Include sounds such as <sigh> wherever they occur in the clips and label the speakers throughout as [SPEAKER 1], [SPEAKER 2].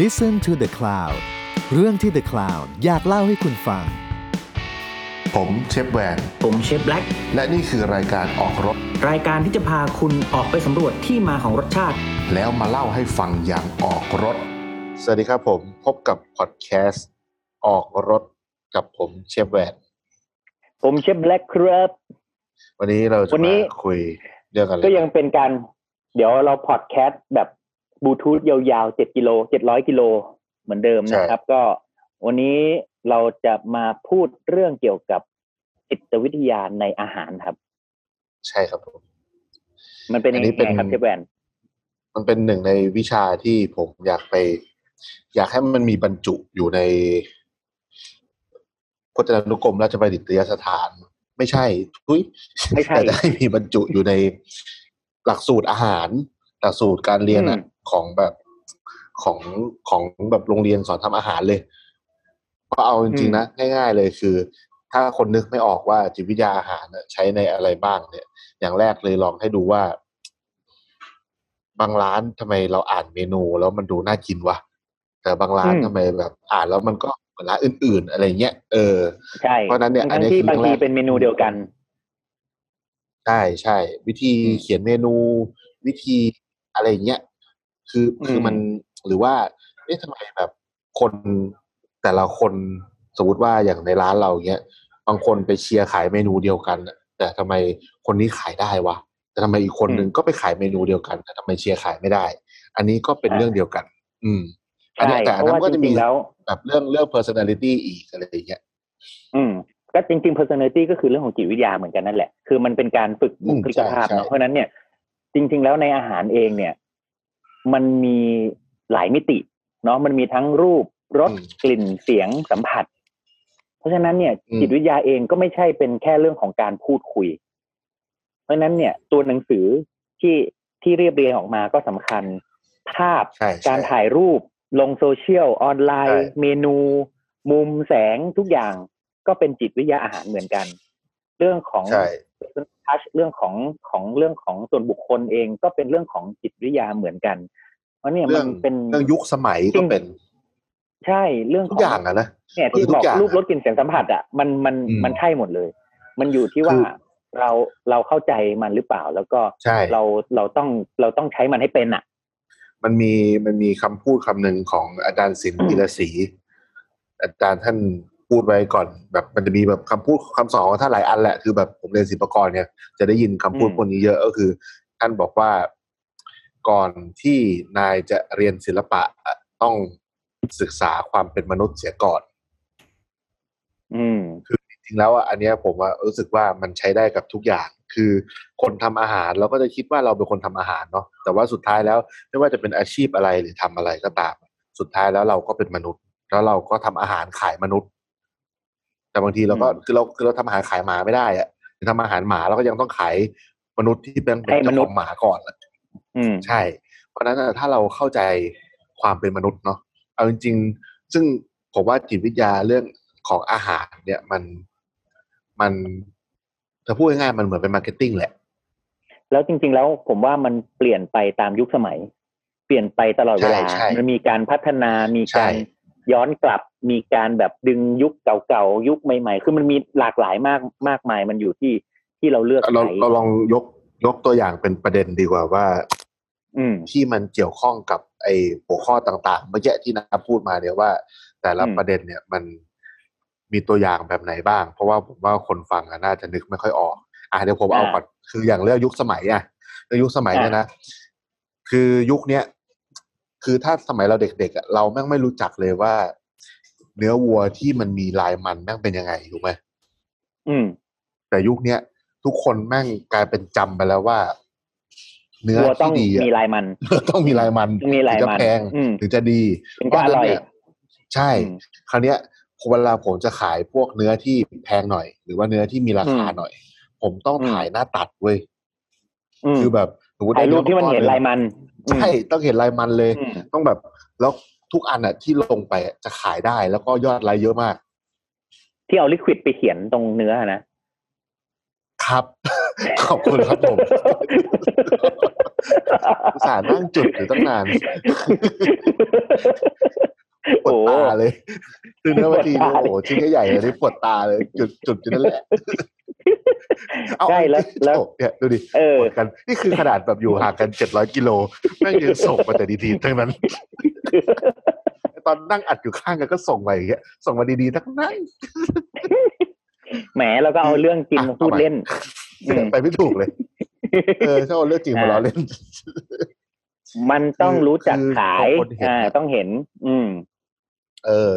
[SPEAKER 1] Listen to the Cloud เรื่องที่ The Cloud อยากเล่าให้คุณฟัง
[SPEAKER 2] ผมเชฟแวน
[SPEAKER 3] ผมเชฟแบล็ก
[SPEAKER 2] และนี่คือรายการออกรถ
[SPEAKER 3] รายการที่จะพาคุณออกไปสำรวจที่มาของรสชาติ
[SPEAKER 2] แล้วมาเล่าให้ฟังอย่างออกรถ สวัสดีครับผมพบกับพอดแคสต์ออกรถกับผมเชฟแวน
[SPEAKER 3] ผมเชฟแบล็กครับ
[SPEAKER 2] วันนี้เราจะ
[SPEAKER 3] วันนี้
[SPEAKER 2] มาคุยเรื่องอะไร
[SPEAKER 3] ก็ยังเป็นการ เดี๋ยวเราพอดแคสต์แบบบลูทูธยาวๆ 7กิโล700 กิโลเหมือนเดิมนะครับ ก็วันนี้เราจะมาพูดเรื่องเกี่ยวกับจิตวิทยาในอาหารครับ
[SPEAKER 2] ใช่ครับผม
[SPEAKER 3] มันเป็นยัง
[SPEAKER 2] อันนี้เป็น
[SPEAKER 3] ไงครับเชฟแวน
[SPEAKER 2] มันเป็นหนึ่งในวิชาที่ผมอยากไป อยากให้มันมีบรรจุอยู่ในพจนานุกรมราชบัณฑิตยสถาน ไม่ใช่ทุย
[SPEAKER 3] ไม่ใช่
[SPEAKER 2] แต่ได้มีบรรจุอยู่ในหลักสูตรอาหาร หลักสูตรการเรียนอะ
[SPEAKER 3] อืม
[SPEAKER 2] ของแบบของของแบบโรงเรียนสอนทำอาหารเลยเพราะเอาจริงๆนะง่าย ๆ เลยคือ ถ้าคนนึกไม่ออกว่าจิตวิทยาอาหารน่ะใช้ในอะไรบ้างเนี่ย อย่างแรกเลยลองให้ดูว่า บางร้านทำไมเราอ่านเมนูแล้วมันดูน่ากินวะแต่บางร้าน
[SPEAKER 3] อืม
[SPEAKER 2] ทำไมแบบ อ่านแล้วมันก็เหมือนร้านอื่น ๆ อะไรเงี้ยเออ
[SPEAKER 3] ใช่
[SPEAKER 2] เพราะฉะนั้นเนี่ยอัน
[SPEAKER 3] ทั้
[SPEAKER 2] นี้
[SPEAKER 3] งที่
[SPEAKER 2] คือเรื่
[SPEAKER 3] บา
[SPEAKER 2] อง งแร
[SPEAKER 3] ที
[SPEAKER 2] ก
[SPEAKER 3] เป็นเมนูเดียวกัน
[SPEAKER 2] ใช่ใช่วิธี
[SPEAKER 3] อืม
[SPEAKER 2] เขียนเมนูวิธีอะไรอย่างเงี้ยคือคืออ
[SPEAKER 3] ม
[SPEAKER 2] มันหรือว่าเอ๊ะทำไมแบบคนแต่ละคนสมมติว่าอย่างในร้านเราเงี้ยบางคนไปเชียร์ขายเมนูเดียวกันน่ะแต่ทำไมคนนี้ขายได้วะแต่ทำไมอีกคนนึงก็ไปขายเมนูเดียวกัน แต่ทำไมเชียร์ขายไม่ได้ อันนี้ก็เป็นเรื่องเดียวกัน อืมอันเนี้
[SPEAKER 3] ใช่
[SPEAKER 2] ยแต่อั
[SPEAKER 3] เพ
[SPEAKER 2] น
[SPEAKER 3] ราะ
[SPEAKER 2] นั้ก็
[SPEAKER 3] ว่านจ
[SPEAKER 2] จะ
[SPEAKER 3] ริ
[SPEAKER 2] มี
[SPEAKER 3] งๆแล้ว
[SPEAKER 2] แบบเรื่องเรื่อง personality อีกอะไรอย่างเงี้ย
[SPEAKER 3] อืมก็จริงๆ personality ก็คือเรื่องของจิตวิทยาเหมือนกันนั่นแหละ คือมันเป็นการฝึกบุคลิกภาพ
[SPEAKER 2] อืมใช่ใช่
[SPEAKER 3] เนาะเพราะฉะนั้นเนี่ยจริง ๆ แล้วในอาหารเองเนี่ย มันมีหลายมิติเนาะมันมีทั้งรูปรสกลิ่นเสียงสัมผัส เพราะฉะนั้นเนี่ย จิตวิทยาเองก็ไม่ใช่เป็นแค่เรื่องของการพูดคุย เพราะฉะนั้นเนี่ย ตัวหนังสือที่ที่เรียบเรียงออกมาก็สำคัญภาพ
[SPEAKER 2] ใช่
[SPEAKER 3] การ
[SPEAKER 2] ใช่
[SPEAKER 3] ถ่ายรูปลงโซเชียล ออนไลน์
[SPEAKER 2] ใช่
[SPEAKER 3] เมนู มุมแสงทุกอย่างก็เป็นจิตวิทยาอาหารเหมือนกัน เรื่องของ
[SPEAKER 2] ใช่
[SPEAKER 3] ทัชเรื่องของของเรื่องของส่วนบุคคลเองก็เป็นเรื่องของจิตวิทยาเหมือนกัน เพราะเนี่ย
[SPEAKER 2] เรื่
[SPEAKER 3] มั
[SPEAKER 2] อง
[SPEAKER 3] นเป็น
[SPEAKER 2] เรื่องยุคสมัยก็เป็น
[SPEAKER 3] ใช่เรื่อง
[SPEAKER 2] ทุ
[SPEAKER 3] ข
[SPEAKER 2] ก
[SPEAKER 3] อง
[SPEAKER 2] อย่างอะนะ
[SPEAKER 3] เนี่ย
[SPEAKER 2] มัน
[SPEAKER 3] ที่
[SPEAKER 2] คือทุ
[SPEAKER 3] บอก ก
[SPEAKER 2] อย่าง
[SPEAKER 3] รูปรสกลิ่นเสียงสัมผัสอ่ะมันมัน
[SPEAKER 2] อืม
[SPEAKER 3] มันใช่หมดเลย มันอยู่ที่ว่า
[SPEAKER 2] คือ
[SPEAKER 3] เราเราเข้าใจมันหรือเปล่า แล้วก็
[SPEAKER 2] ใช่
[SPEAKER 3] เราเราต้องเราต้องใช้มันให้เป็นอ่ะ
[SPEAKER 2] มันมีมันมีคำพูดคำหนึ่งของอาจารย์ศิลป์
[SPEAKER 3] อืม
[SPEAKER 2] กีรศรีอาจารย์ท่านพูดไว้ก่อน แบบมันจะมีแบบคำพูดคำสอนของท่านหลายอันแหละคือแบบผมเรียนศิลปากรเนี่ย จะได้ยินคำพูด
[SPEAKER 3] อืม
[SPEAKER 2] พวกนี้เยอะก็คือ ท่านบอกว่าก่อนที่นายจะเรียนศิลปะต้องศึกษาความเป็นมนุษย์เสียก่อน
[SPEAKER 3] อืม
[SPEAKER 2] จริงๆแล้วอ่ะอันเนี้ยผมว่ารู้สึกว่ามันใช้ได้กับทุกอย่าง คือคนทำอาหารเราก็จะคิดว่าเราเป็นคนทำอาหารเนาะแต่ว่าสุดท้ายแล้วไม่ว่าจะเป็นอาชีพอะไรหรือทำอะไรก็ตาม สุดท้ายแล้วเราก็เป็นมนุษย์ แล้วเราก็ทำอาหารขายมนุษย์ แต่บางทีเราก็
[SPEAKER 3] อืม
[SPEAKER 2] คือเราคือเราทำอาหารขายหมาไม่ได้อะหรือทำอาหารหมาเราก็ยังต้องขายมนุษย์ที่เป็นเป็น
[SPEAKER 3] ให้ม
[SPEAKER 2] เจ้า
[SPEAKER 3] นุ
[SPEAKER 2] ข
[SPEAKER 3] ษ
[SPEAKER 2] อ
[SPEAKER 3] ย์
[SPEAKER 2] งหมาก่อนอะ
[SPEAKER 3] อืม
[SPEAKER 2] ใช่ เพราะฉะนั้นน่ะถ้าเราเข้าใจความเป็นมนุษย์เนาะ เอาจริงๆ ซึ่งผมว่าจิตวิทยาเรื่องของอาหาร เนี่ยมันมันถ้าพูดง่ายๆมันเหมือนเป็นมาร์เก็ตติ้งแหละ
[SPEAKER 3] แล้วจริง ๆ แล้วผมว่ามันเปลี่ยนไปตามยุคสมัย เปลี่ยนไปตลอดเวลา
[SPEAKER 2] ใช่ใช่
[SPEAKER 3] มันมีการพัฒนามี
[SPEAKER 2] ใช่
[SPEAKER 3] การย้อนกลับ มีการแบบดึงยุคเก่าๆยุคใหม่ ๆ คือมันมีหลากหลายมากมากมาย มันอยู่ที่ที่เราเลือก
[SPEAKER 2] เรา
[SPEAKER 3] ใช้
[SPEAKER 2] เราลองยกยกตัวอย่างเป็นประเด็นดีกว่าว่า
[SPEAKER 3] อืม
[SPEAKER 2] ที่มันเกี่ยวข้องกับไอ้หัวข้อต่างๆ เมื่อกี้ที่นาพูดมาเนี่ยว่า แต่ละ
[SPEAKER 3] อืม
[SPEAKER 2] ประเด็นเนี่ยมันมีตัวอย่างแบบไหนบ้าง เพราะว่าผมว่าคนฟังอะน่าจะนึกไม่ค่อยออก อ่ะเดี๋ยวผมเอาก่อนคืออย่างเรื่องยุคสมัยอะเรื่องยุคสมัยเนี่ยนะคือยุคเนี้ยคือถ้าสมัยเราเด็กๆอะเราแม่งไม่รู้จักเลยว่า เนื้อวัวที่มันมีลายมันแม่งเป็นยังไงถูกไหม
[SPEAKER 3] อืม
[SPEAKER 2] แต่ยุคเนี้ยทุกคนแม่งกลายเป็นจำไปแล้วว่า เนื้อ
[SPEAKER 3] วัวต้อ
[SPEAKER 2] ที่
[SPEAKER 3] ง
[SPEAKER 2] ดีอะ
[SPEAKER 3] มีลายมัน
[SPEAKER 2] <laughs> ต้องมีลายมัน
[SPEAKER 3] ต้องมีลายมัน
[SPEAKER 2] ถึงจะแพง
[SPEAKER 3] อืม
[SPEAKER 2] ถึงจะดี
[SPEAKER 3] ถึงจะอร่อย
[SPEAKER 2] เพาฉนั้นเนี่ใช่
[SPEAKER 3] อืม
[SPEAKER 2] คราวเนี้ยเวลาผมจะขายพวกเนื้อที่แพงหน่อย หรือว่าเนื้อที่มีราคา
[SPEAKER 3] อืม
[SPEAKER 2] หน่อย ผมต้อง
[SPEAKER 3] อืม
[SPEAKER 2] ถ่ายหน้าตัดเว้ย
[SPEAKER 3] อืม
[SPEAKER 2] คือแบบสมมติ
[SPEAKER 3] ถ่ายรูปที่มัน
[SPEAKER 2] ได้
[SPEAKER 3] เห็นลายมัน
[SPEAKER 2] ใช่ต้องเห็นลายมันเลย
[SPEAKER 3] อืม
[SPEAKER 2] ต้องแบบแล้วทุกอันอ่ะที่ลงไปอะจะขายได้แล้วก็ยอดไลค์เยอะมาก
[SPEAKER 3] ที่เอาลิควิดไปเขียนตรงเนื้อนะ <laughs>
[SPEAKER 2] ครับ ขอบคุณครับผมอุตสารนั่งจุดอยู่ตั้งนานป
[SPEAKER 3] โอ้
[SPEAKER 2] วด
[SPEAKER 3] โห
[SPEAKER 2] ตาเลยคือเนื้อวันที
[SPEAKER 3] ปว
[SPEAKER 2] นี่
[SPEAKER 3] ดตาเลย
[SPEAKER 2] โอ้โหชิ้นใหญ่ๆเลยนี่ปวดตาเลย จุดจุดจุดนั่นแหละเอา
[SPEAKER 3] ใช่แล้วแล้ว
[SPEAKER 2] โอ้เนี่ยดูดิ
[SPEAKER 3] เออ
[SPEAKER 2] ปวดกัน นี่คือขนาดแบบ
[SPEAKER 3] <laughs>
[SPEAKER 2] อยู่ห่างกันเจ็ดร้อยกิโลแม่งยังส่งมาแต่ดีๆทั้งนั้น ตอนนั่งอัดอยู่ข้างกันก็ส่งมาอย่างเงี้ยส่งมาดีๆทั้งนั้น
[SPEAKER 3] แหมเราก็เอาเรื่องจริง
[SPEAKER 2] อ่ะ
[SPEAKER 3] มาพูดเล่น อืม
[SPEAKER 2] ไปไม่ถูกเลย เออถ้าเอาเรื่องจริงมาล้อเล่น
[SPEAKER 3] มันต้อง
[SPEAKER 2] คือ
[SPEAKER 3] รู้จัก
[SPEAKER 2] คือ
[SPEAKER 3] ขาย
[SPEAKER 2] คนเห็น
[SPEAKER 3] อ่า
[SPEAKER 2] น่ะ
[SPEAKER 3] ต้องเห็น อืม
[SPEAKER 2] เออ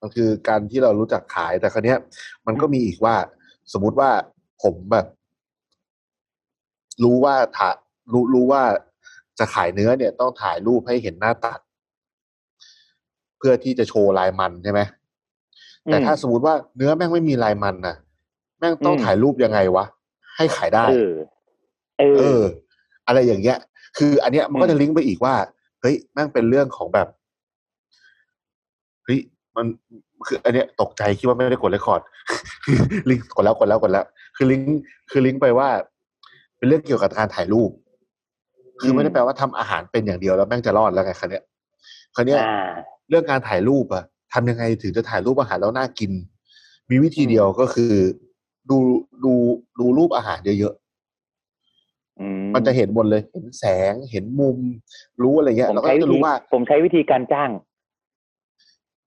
[SPEAKER 2] มันคือการที่เรารู้จักขายแต่คราวเนี้ย มันก็มีอีกว่า สมมุติว่าผมแบบ รู้ว่าถ่ารู้รู้ว่าจะขายเนื้อเนี่ยต้องถ่ายรูปให้เห็นหน้าตัด เพื่อที่จะโชว์ลายมันใช่ไหมแต่ถ้าสมมติว่าเนื้อแม่งไม่มีลายมันนะแม่งต้อง
[SPEAKER 3] อืม
[SPEAKER 2] ถ่ายรูปยังไงวะ ให้ขายได้
[SPEAKER 3] เออเอ
[SPEAKER 2] เออ
[SPEAKER 3] อ
[SPEAKER 2] อะไรอย่างเงี้ย คืออันเนี้ยมันก็จะลิงก์ไปอีกว่า เฮ้ยแม่งเป็นเรื่องของแบบ เฮ้ย มัน คือ อันเนี้ยตกใจคิดว่าไม่ได้กดเรคคอร์ด <laughs> ลิงก์กดแล้วกดแล้วกดแล้ว คือลิงก์คือลิงก์ไปว่า เป็นเรื่องเกี่ยวกับการถ่ายรูป คือไม่ได้แปลว่าทำอาหารเป็นอย่างเดียวแล้วแม่งจะรอดแล้วไงคันเนี้ยคันเนี้ย
[SPEAKER 3] อ่า
[SPEAKER 2] เรื่องการถ่ายรูปอะทำยังไงถึงจะถ่ายรูปอาหารแล้วน่ากิน มีวิธีเดียวก็คือ ดูดูดูรูปอาหารเยอะๆ
[SPEAKER 3] อื
[SPEAKER 2] มันจะเห็นหมดเลย เห็นแสง เห็นมุม รู้อะไรเงี้ย
[SPEAKER 3] ผม
[SPEAKER 2] เราก็
[SPEAKER 3] ใช้วิ
[SPEAKER 2] จะ
[SPEAKER 3] ธี
[SPEAKER 2] รู้ว่า
[SPEAKER 3] ผมใช้วิธีการจ้าง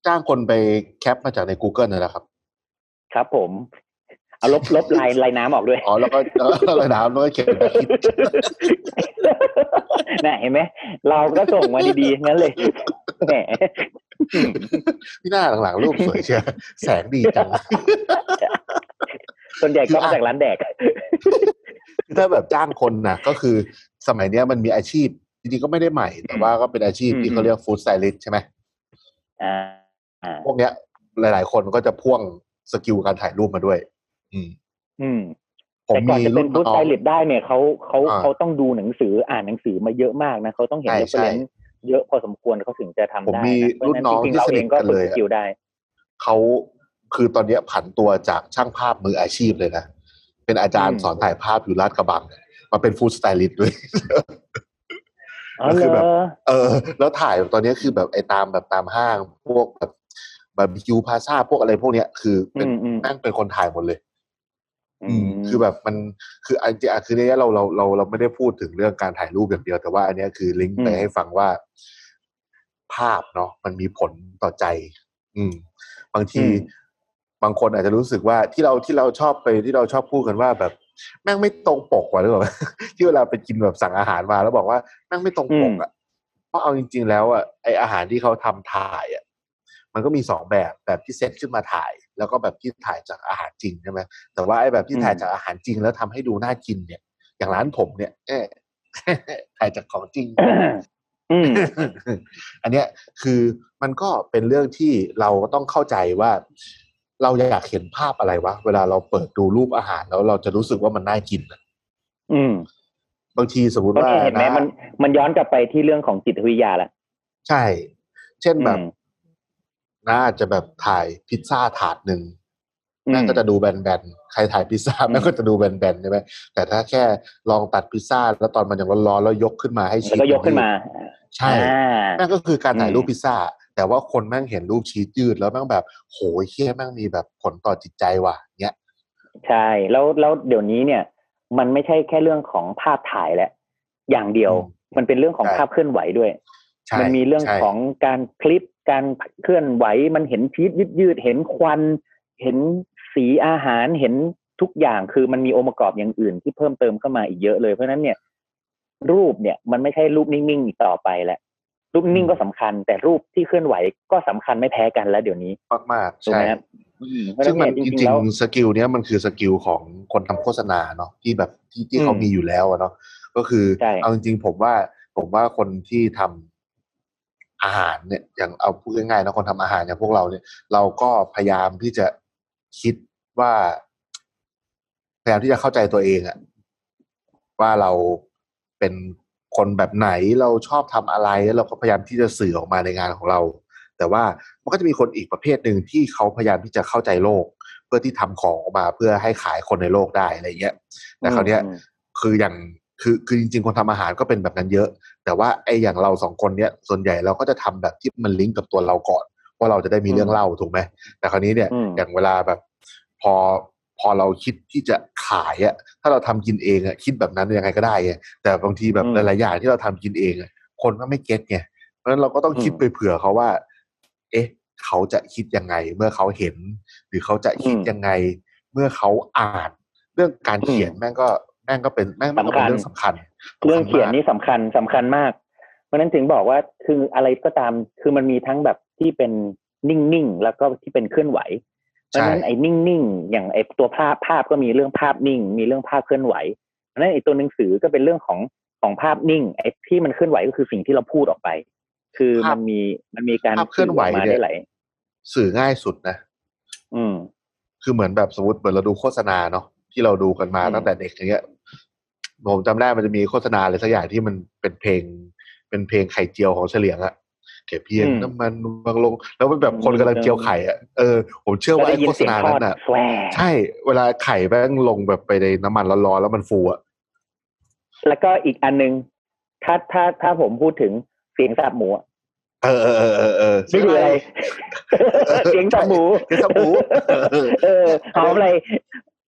[SPEAKER 2] จ้างคนไปแคปมาจากใน Google นั่นแหละครับ
[SPEAKER 3] ครับผม เอาลบลบลายลายน้ำออกด้วย
[SPEAKER 2] อ๋อ แล้วก็ <laughs> แล้วก็ระดับแล้วก็เขียนแบบคิด
[SPEAKER 3] น่ะเห็นไหม เราก็ส่งมาดีๆทั้งนั้นเลยแหม
[SPEAKER 2] พี่หน้าหลังๆ รูปสวยเชียวแสงดีจัง <laughs>
[SPEAKER 3] ส่วนใหญ่ก็มาจากร้านแดก
[SPEAKER 2] ถ้าแบบจ้างคนนะก็คือสมัยเนี้ยมันมีอาชีพ จริงๆ ก็ไม่ได้ใหม่ แต่ว่าก็เป็นอาชีพที่เขาเรียกฟู้ดไซลิสใช่ไหม
[SPEAKER 3] อ่าอ่า
[SPEAKER 2] พวกเนี้ย หลายๆ คนก็จะพ่วงสกิลการถ่ายรูปมาด้วย อืม
[SPEAKER 3] อืม
[SPEAKER 2] ผม
[SPEAKER 3] แต่ก่อน
[SPEAKER 2] มี
[SPEAKER 3] จะเป็
[SPEAKER 2] รุ่
[SPEAKER 3] น
[SPEAKER 2] น
[SPEAKER 3] ฟู้ด
[SPEAKER 2] น้อ
[SPEAKER 3] ไซ
[SPEAKER 2] ง
[SPEAKER 3] ลิตได้เนี่ยเขาเขา
[SPEAKER 2] อ่า
[SPEAKER 3] เขาต้องดูหนังสืออ่านหนังสือมาเยอะมากนะเขาต้องเห็น
[SPEAKER 2] ใช่
[SPEAKER 3] เรฟเฟรนซ์เยอะพอสมควรเขาถึงจะทำ
[SPEAKER 2] ผม
[SPEAKER 3] ได้
[SPEAKER 2] มี
[SPEAKER 3] นะเพราะ
[SPEAKER 2] รุ่น
[SPEAKER 3] ฉะ
[SPEAKER 2] น้อง
[SPEAKER 3] จริง
[SPEAKER 2] ที่
[SPEAKER 3] ๆเรา
[SPEAKER 2] สนิ
[SPEAKER 3] เอ
[SPEAKER 2] ท
[SPEAKER 3] งก็
[SPEAKER 2] กันเล
[SPEAKER 3] ฝึก
[SPEAKER 2] ย
[SPEAKER 3] ส
[SPEAKER 2] อะ
[SPEAKER 3] กิลได้
[SPEAKER 2] เขาคือตอนเนี้ยผันตัวจากช่างภาพมืออาชีพเลยนะ เป็นอาจารย์
[SPEAKER 3] อืม
[SPEAKER 2] สอนถ่ายภาพอยู่ลาดกระบัง มาเป็นฟู้ดสไตลิสต์ด้วย <laughs>
[SPEAKER 3] อ๋อ
[SPEAKER 2] ก็
[SPEAKER 3] เหร
[SPEAKER 2] คือแบบ
[SPEAKER 3] อ
[SPEAKER 2] เออ แล้วถ่ายตอนเนี้ยคือแบบไอ้ตามแบบตามห้าง พวกแบบบาร์บีคิวพาซาพวกอะไรพวกเนี้ยคือเป็น
[SPEAKER 3] อืมอืม
[SPEAKER 2] แม่งเป็นคนถ่ายหมดเลย
[SPEAKER 3] อืม
[SPEAKER 2] คือแบบมันคืออันจริงอ่ะคือเนี้ยเราเราเราเราไม่ได้พูดถึงเรื่องการถ่ายรูปอย่างเดียว แต่ว่าอันเนี้ยคือลิงก์ไปให้ฟังว่า ภาพเนาะมันมีผลต่อใจ อืม บางทีบางคนอาจจะรู้สึกว่าที่เราที่เราชอบไปที่เราชอบพูดกันว่าแบบ แม่งไม่ตรงปกว่ะหรือเปล่า <laughs> ที่เวลาไปกินแบบสั่งอาหารมาแล้วบอกว่าแม่งไม่ตรงปกอ่ะเพราะเอาจริง ๆ แล้วอ่ะไออาหารที่เขาทำถ่ายอ่ะมันก็มีสองแบบแบบที่เซตขึ้นมาถ่าย แล้วก็แบบที่ถ่ายจากอาหารจริงใช่ไหมแต่ว่าไอแบบที่ถ่ายจากอาหารจริงแล้วทำให้ดูน่ากินเนี่ย อย่างร้านผมเนี่ยเอ๊ะ <laughs> ถ่ายจากของจริง <coughs>
[SPEAKER 3] อืม
[SPEAKER 2] อันเนี้ยคือมันก็เป็นเรื่องที่เราต้องเข้าใจว่า เราอยากเห็นภาพอะไรวะ เวลาเราเปิดดูรูปอาหารแล้วเราจะรู้สึกว่ามันน่ากินอะ
[SPEAKER 3] อืม
[SPEAKER 2] บางทีสมมติ
[SPEAKER 3] โอ
[SPEAKER 2] ว่า
[SPEAKER 3] เคเห็นไหม
[SPEAKER 2] ะ
[SPEAKER 3] มันมันย้อนกลับไปที่เรื่องของจิตวิทยาละ
[SPEAKER 2] ใช่ เช่นแบบ
[SPEAKER 3] อืม
[SPEAKER 2] น่าจะแบบถ่ายพิซซ่าถาดหนึ่ง
[SPEAKER 3] อืม
[SPEAKER 2] แม่งก็จะดูแบนๆใครถ่ายพิซซ่า
[SPEAKER 3] อืม
[SPEAKER 2] แม่งก็จะดูแบนๆใช่ไหมแต่ถ้าแค่ลองตัดพิซซ่าแล้วตอนมันยังร้อนๆแล้วยกขึ้นมาให้ชีส
[SPEAKER 3] แล้วก็ยกขึ้นมา
[SPEAKER 2] ใช่
[SPEAKER 3] อ่า
[SPEAKER 2] แม่งก็คือการถ่ายรูป
[SPEAKER 3] อืม
[SPEAKER 2] พิซซ่า แต่ว่าคนแม่งเห็นรูปชีสยืดแล้วแม่งแบบโหยเฮี้ยแม่งมีแบบผลต่อจิตใจว่ะเนี้ย
[SPEAKER 3] ใช่แล้วแล้วเดี๋ยวนี้เนี่ย มันไม่ใช่แค่เรื่องของภาพถ่ายแหละ อย่างเดียว
[SPEAKER 2] อืม
[SPEAKER 3] มันเป็นเรื่องของ
[SPEAKER 2] ใช่
[SPEAKER 3] ภาพเคลื่อนไหวด้วย
[SPEAKER 2] ใช่
[SPEAKER 3] มันมีเรื่อง
[SPEAKER 2] ใช่
[SPEAKER 3] ของการคลิปการเคลื่อนไหว มันเห็นชีสยืดยืดๆเห็นควัน เห็นสีอาหารเห็นทุกอย่างคือมันมีองค์ประกอบอย่างอื่นที่เพิ่มเติมเข้ามาอีกเยอะเลยเพราะฉะนั้นเนี่ย รูปเนี่ย มันไม่ใช่รูปนิ่งๆอีกต่อไปแล้วรูปนิ่งก็สำคัญ แต่รูปที่เคลื่อนไหวก็สำคัญไม่แพ้กันแล้วเดี๋ยวนี้
[SPEAKER 2] มากมากๆ
[SPEAKER 3] ถูก
[SPEAKER 2] ใช่
[SPEAKER 3] ไหมครับอืมเพราะฉะ
[SPEAKER 2] ซึ่ง
[SPEAKER 3] นั้น
[SPEAKER 2] มัน
[SPEAKER 3] เนี่ย
[SPEAKER 2] จ
[SPEAKER 3] จริง
[SPEAKER 2] ริ
[SPEAKER 3] ๆ
[SPEAKER 2] ง
[SPEAKER 3] แล้ว
[SPEAKER 2] ๆสกิลเนี้ยมันคือสกิลของคนทำโฆษณาเนาะที่แบบที่ที่
[SPEAKER 3] อืม
[SPEAKER 2] เขามีอยู่แล้วอะเนาะก็คือ
[SPEAKER 3] ใช่
[SPEAKER 2] เอาจริงๆผมว่าผมว่าคนที่ทำอาหารเนี่ย อย่างเอาพูดง่ายๆนะคนทำอาหารอย่างพวกเราเนี่ย เราก็พยายามที่จะคิดว่า พยายามที่จะเข้าใจตัวเองอะว่าเราเป็นคนแบบไหนเราชอบทำอะไรแล้วเราก็พยายามที่จะสื่อออกมาในงานของเรา แต่ว่ามันก็จะมีคนอีกประเภทหนึ่งที่เขาพยายามที่จะเข้าใจโลก พื่อที่ทำของออกมาเพื่อให้ขายคนในโลกได้อะไรเงี้ยแต่คราวเนี้ย
[SPEAKER 3] อืม
[SPEAKER 2] คืออย่างคือคือจริงๆ คนทำอาหารก็เป็นแบบนั้นเยอะ แต่ว่าไอ้อย่างเราสองคนเนี้ยส่วนใหญ่เราก็จะทำแบบที่มันลิงก์กับตัวเราก่อนว่าเราจะได้มีเรื่องเล่าถูกไหมแต่คราวนี้เนี่ย
[SPEAKER 3] อืม
[SPEAKER 2] อย่างเวลาแบบพอพอเราคิดที่จะขายอะถ้าเราทำกินเองอะคิดแบบนั้นยังไงก็ได้ไงแต่บางทีแบบหลายๆอย่างที่เราทำกินเองอะคนก็ไม่เก็ตไงเพราะฉะนั้นเราก็ต้องคิดไปเผื่อเขาว่า เอ๊ะ เขาจะคิดยังไงเมื่อเขาเห็น หรือเขาจะคิดยังไงเมื่อเขาอ่าน เรื่องการเขียนแม่งก็แม่งก็เป็นแม่งมันก็เป็น
[SPEAKER 3] สำคัญ
[SPEAKER 2] เรื่องสำคัญสำคัญ
[SPEAKER 3] เรื่องเขียน
[SPEAKER 2] มาก
[SPEAKER 3] นี่สำคัญสำคัญมาก เพราะฉะนั้นถึงบอกว่าคืออะไรก็ตามคือมันมีทั้งแบบที่เป็นนิ่งๆแล้วก็ที่เป็นเคลื่อนไหว เพราะฉะ
[SPEAKER 2] ใช่
[SPEAKER 3] นั้นไอ้นิ่งๆอย่างไอ้ตัวภาพภาพก็มีเรื่องภาพนิ่ง มีเรื่องภาพเคลื่อนไหวเพราะฉะนั้นไอ้ตัวหนังสือก็เป็นเรื่องของของภาพนิ่งไอ้ที่มันเคลื่อนไหวก็คือสิ่งที่เราพูดออกไป คือ
[SPEAKER 2] ภาพ
[SPEAKER 3] มันมีมันมีการ
[SPEAKER 2] ภาพเคลื่อนไหว
[SPEAKER 3] สื่กมา
[SPEAKER 2] เนี่ย
[SPEAKER 3] ได้หลาย
[SPEAKER 2] สื่อง่ายสุดนะ
[SPEAKER 3] อืม
[SPEAKER 2] คือเหมือนแบบสมมติเหมือนเราดูโฆษณาเนาะที่เราดูกันมา
[SPEAKER 3] อืม
[SPEAKER 2] ตั้งแต่เด็กอย่างเงี้ยผมจำได้มันจะมีโฆษณาอะไรสักอย่างที่มันเป็นเพลง เป็นเพลงไข่เจียวของเฉลียงอะเก็บเพียงน้ำมันบางลง แล้วมันแบบคนกำลังเจียวไข่อะเออผมเชื่อ
[SPEAKER 3] ก็
[SPEAKER 2] ว่า
[SPEAKER 3] ได้
[SPEAKER 2] ไอ้
[SPEAKER 3] ยิน
[SPEAKER 2] โฆษ
[SPEAKER 3] เสียง
[SPEAKER 2] ณา
[SPEAKER 3] ทอ
[SPEAKER 2] นั้
[SPEAKER 3] ด
[SPEAKER 2] นอะ
[SPEAKER 3] แสวร์
[SPEAKER 2] ใช่เวลาไข่แม่งลงแบบไปในน้ำมันร้อนๆแล้วมันฟูอะ
[SPEAKER 3] แล้วก็อีกอันหนึงถ้าถ้าถ้าผมพูดถึงเสียงสับหมูอะ
[SPEAKER 2] เออเออเออเออเออ
[SPEAKER 3] ไม่ดูอะไร เสียงสับหมู
[SPEAKER 2] เสียงสับหมูเออ
[SPEAKER 3] เออหอมอะไร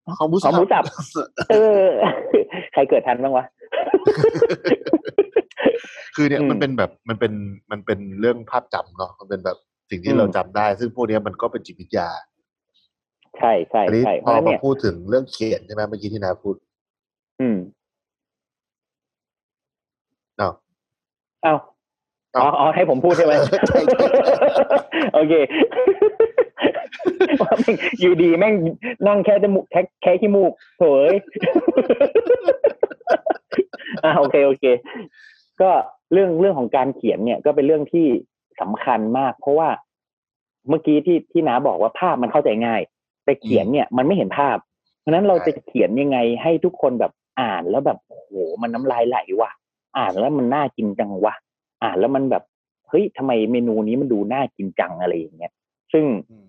[SPEAKER 2] หอมหมู
[SPEAKER 3] หอมหมูสับ
[SPEAKER 2] สับ
[SPEAKER 3] เออ ใครเกิดทันบ้างวะ
[SPEAKER 2] คือเนี่ย
[SPEAKER 3] อืม
[SPEAKER 2] มันเป็นแบบมันเป็นมันเป็นเรื่องภาพจำเนาะมันเป็นแบบสิ่ง
[SPEAKER 3] อื
[SPEAKER 2] ที่
[SPEAKER 3] ม
[SPEAKER 2] เราจำได้ ซึ่งพวกเนี้ยมันก็เป็นจิตวิทยา
[SPEAKER 3] ใช่ใช่
[SPEAKER 2] อันนี้
[SPEAKER 3] ใช่
[SPEAKER 2] พ
[SPEAKER 3] เพ
[SPEAKER 2] อ
[SPEAKER 3] ราะฉะนั้
[SPEAKER 2] มา
[SPEAKER 3] นเนี่ย
[SPEAKER 2] พูดถึงเรื่องเขียนใช่ไหมเมื่อกี้ที่นาพูด
[SPEAKER 3] อืม
[SPEAKER 2] เนาะ
[SPEAKER 3] เอ้า
[SPEAKER 2] เอ้า
[SPEAKER 3] อ๋ออ๋อให้ผมพูดใช่ไหม
[SPEAKER 2] ใช่ใช่ใช่
[SPEAKER 3] โอเค <laughs> ว่าแม่งอยู่ดีแม่งนั่งแค่จมูกแค่แค่ขี้มูกโถ
[SPEAKER 2] <laughs>
[SPEAKER 3] ยอ่ะโอเคโอเค ก็เรื่องเรื่องของการเขียนเนี่ยก็เป็นเรื่องที่สำคัญมาก เพราะว่าเมื่อกี้ที่ที่น้าบอกว่าภาพมันเข้าใจง่าย แต่เขียนเนี่ยมันไม่เห็นภาพ เพราะฉะนั้นเรา
[SPEAKER 2] ใช่
[SPEAKER 3] จะเขียนยังไงให้ทุกคนแบบอ่านแล้วแบบโอ้โหมันน้ำลายไหลว่ะ อ่านแล้วมันน่ากินจังวะอ่านแล้วมันแบบเฮ้ยทำไมเมนูนี้มันดูน่ากินจังอะไรอย่างเงี้ยซึ่ง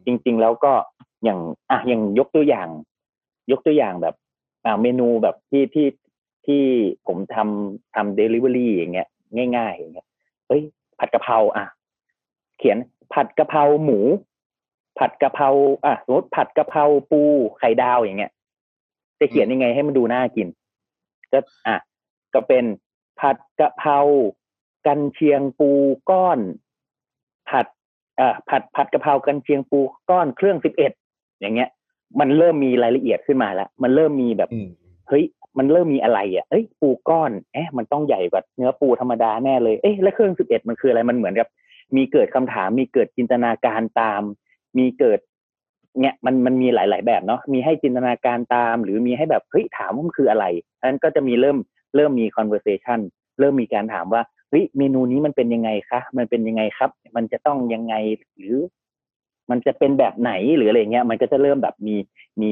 [SPEAKER 3] จริงๆ แล้วก็อย่างอ่ะอย่างยกตัวอย่าง ยกตัวอย่างแบบอ่าเมนูแบบที่ที่ที่ผมทำทำเดลิเวอรี่อย่างเงี้ย ง่ายๆอย่างเงี้ยเอ้ย ผัดกะเพราอ่ะ เขียนผัดกะเพราหมู ผัดกะเพราอ่ะสมมติผัดกะเพราปูไข่ดาวอย่างเงี้ยจะเขียนยังไงให้มันดูน่ากิน ก็อ่ะก็เป็นผัดกะเพรากันเชียงปูก้อน ผัด เอ่อผัดผัดกะเพรากันเชียงปูก้อนเครื่องสิบเอ็ดอย่างเงี้ย มันเริ่มมีรายละเอียดขึ้นมาแล้ว มันเริ่มมีแบบ
[SPEAKER 2] อืม
[SPEAKER 3] เฮ้ย มันเริ่มมีอะไรอ่ะ เอ้ย ปูก้อน เอ๊ะ มันต้องใหญ่กว่าเนื้อปูธรรมดาแน่เลย เอ๊ะ แล้วเครื่องสิบเอ็ดมันคืออะไร มันเหมือนกับ มีเกิดคำถาม มีเกิดจินตนาการตาม มีเกิด เนี่ยมันมันมีหลาย ๆ แบบเนาะ มีให้จินตนาการตาม หรือมีให้แบบ เฮ้ย ถามว่ามันคืออะไรอันนั้นก็จะมีเริ่ม เริ่มมี conversation เริ่มมีการถามว่า เฮ้ย เมนูนี้มันเป็นยังไงคะ มันเป็นยังไงครับ มันจะต้องยังไง หรือ มันจะเป็นแบบไหน หรืออะไรเงี้ย มันก็จะเริ่มแบบมี มี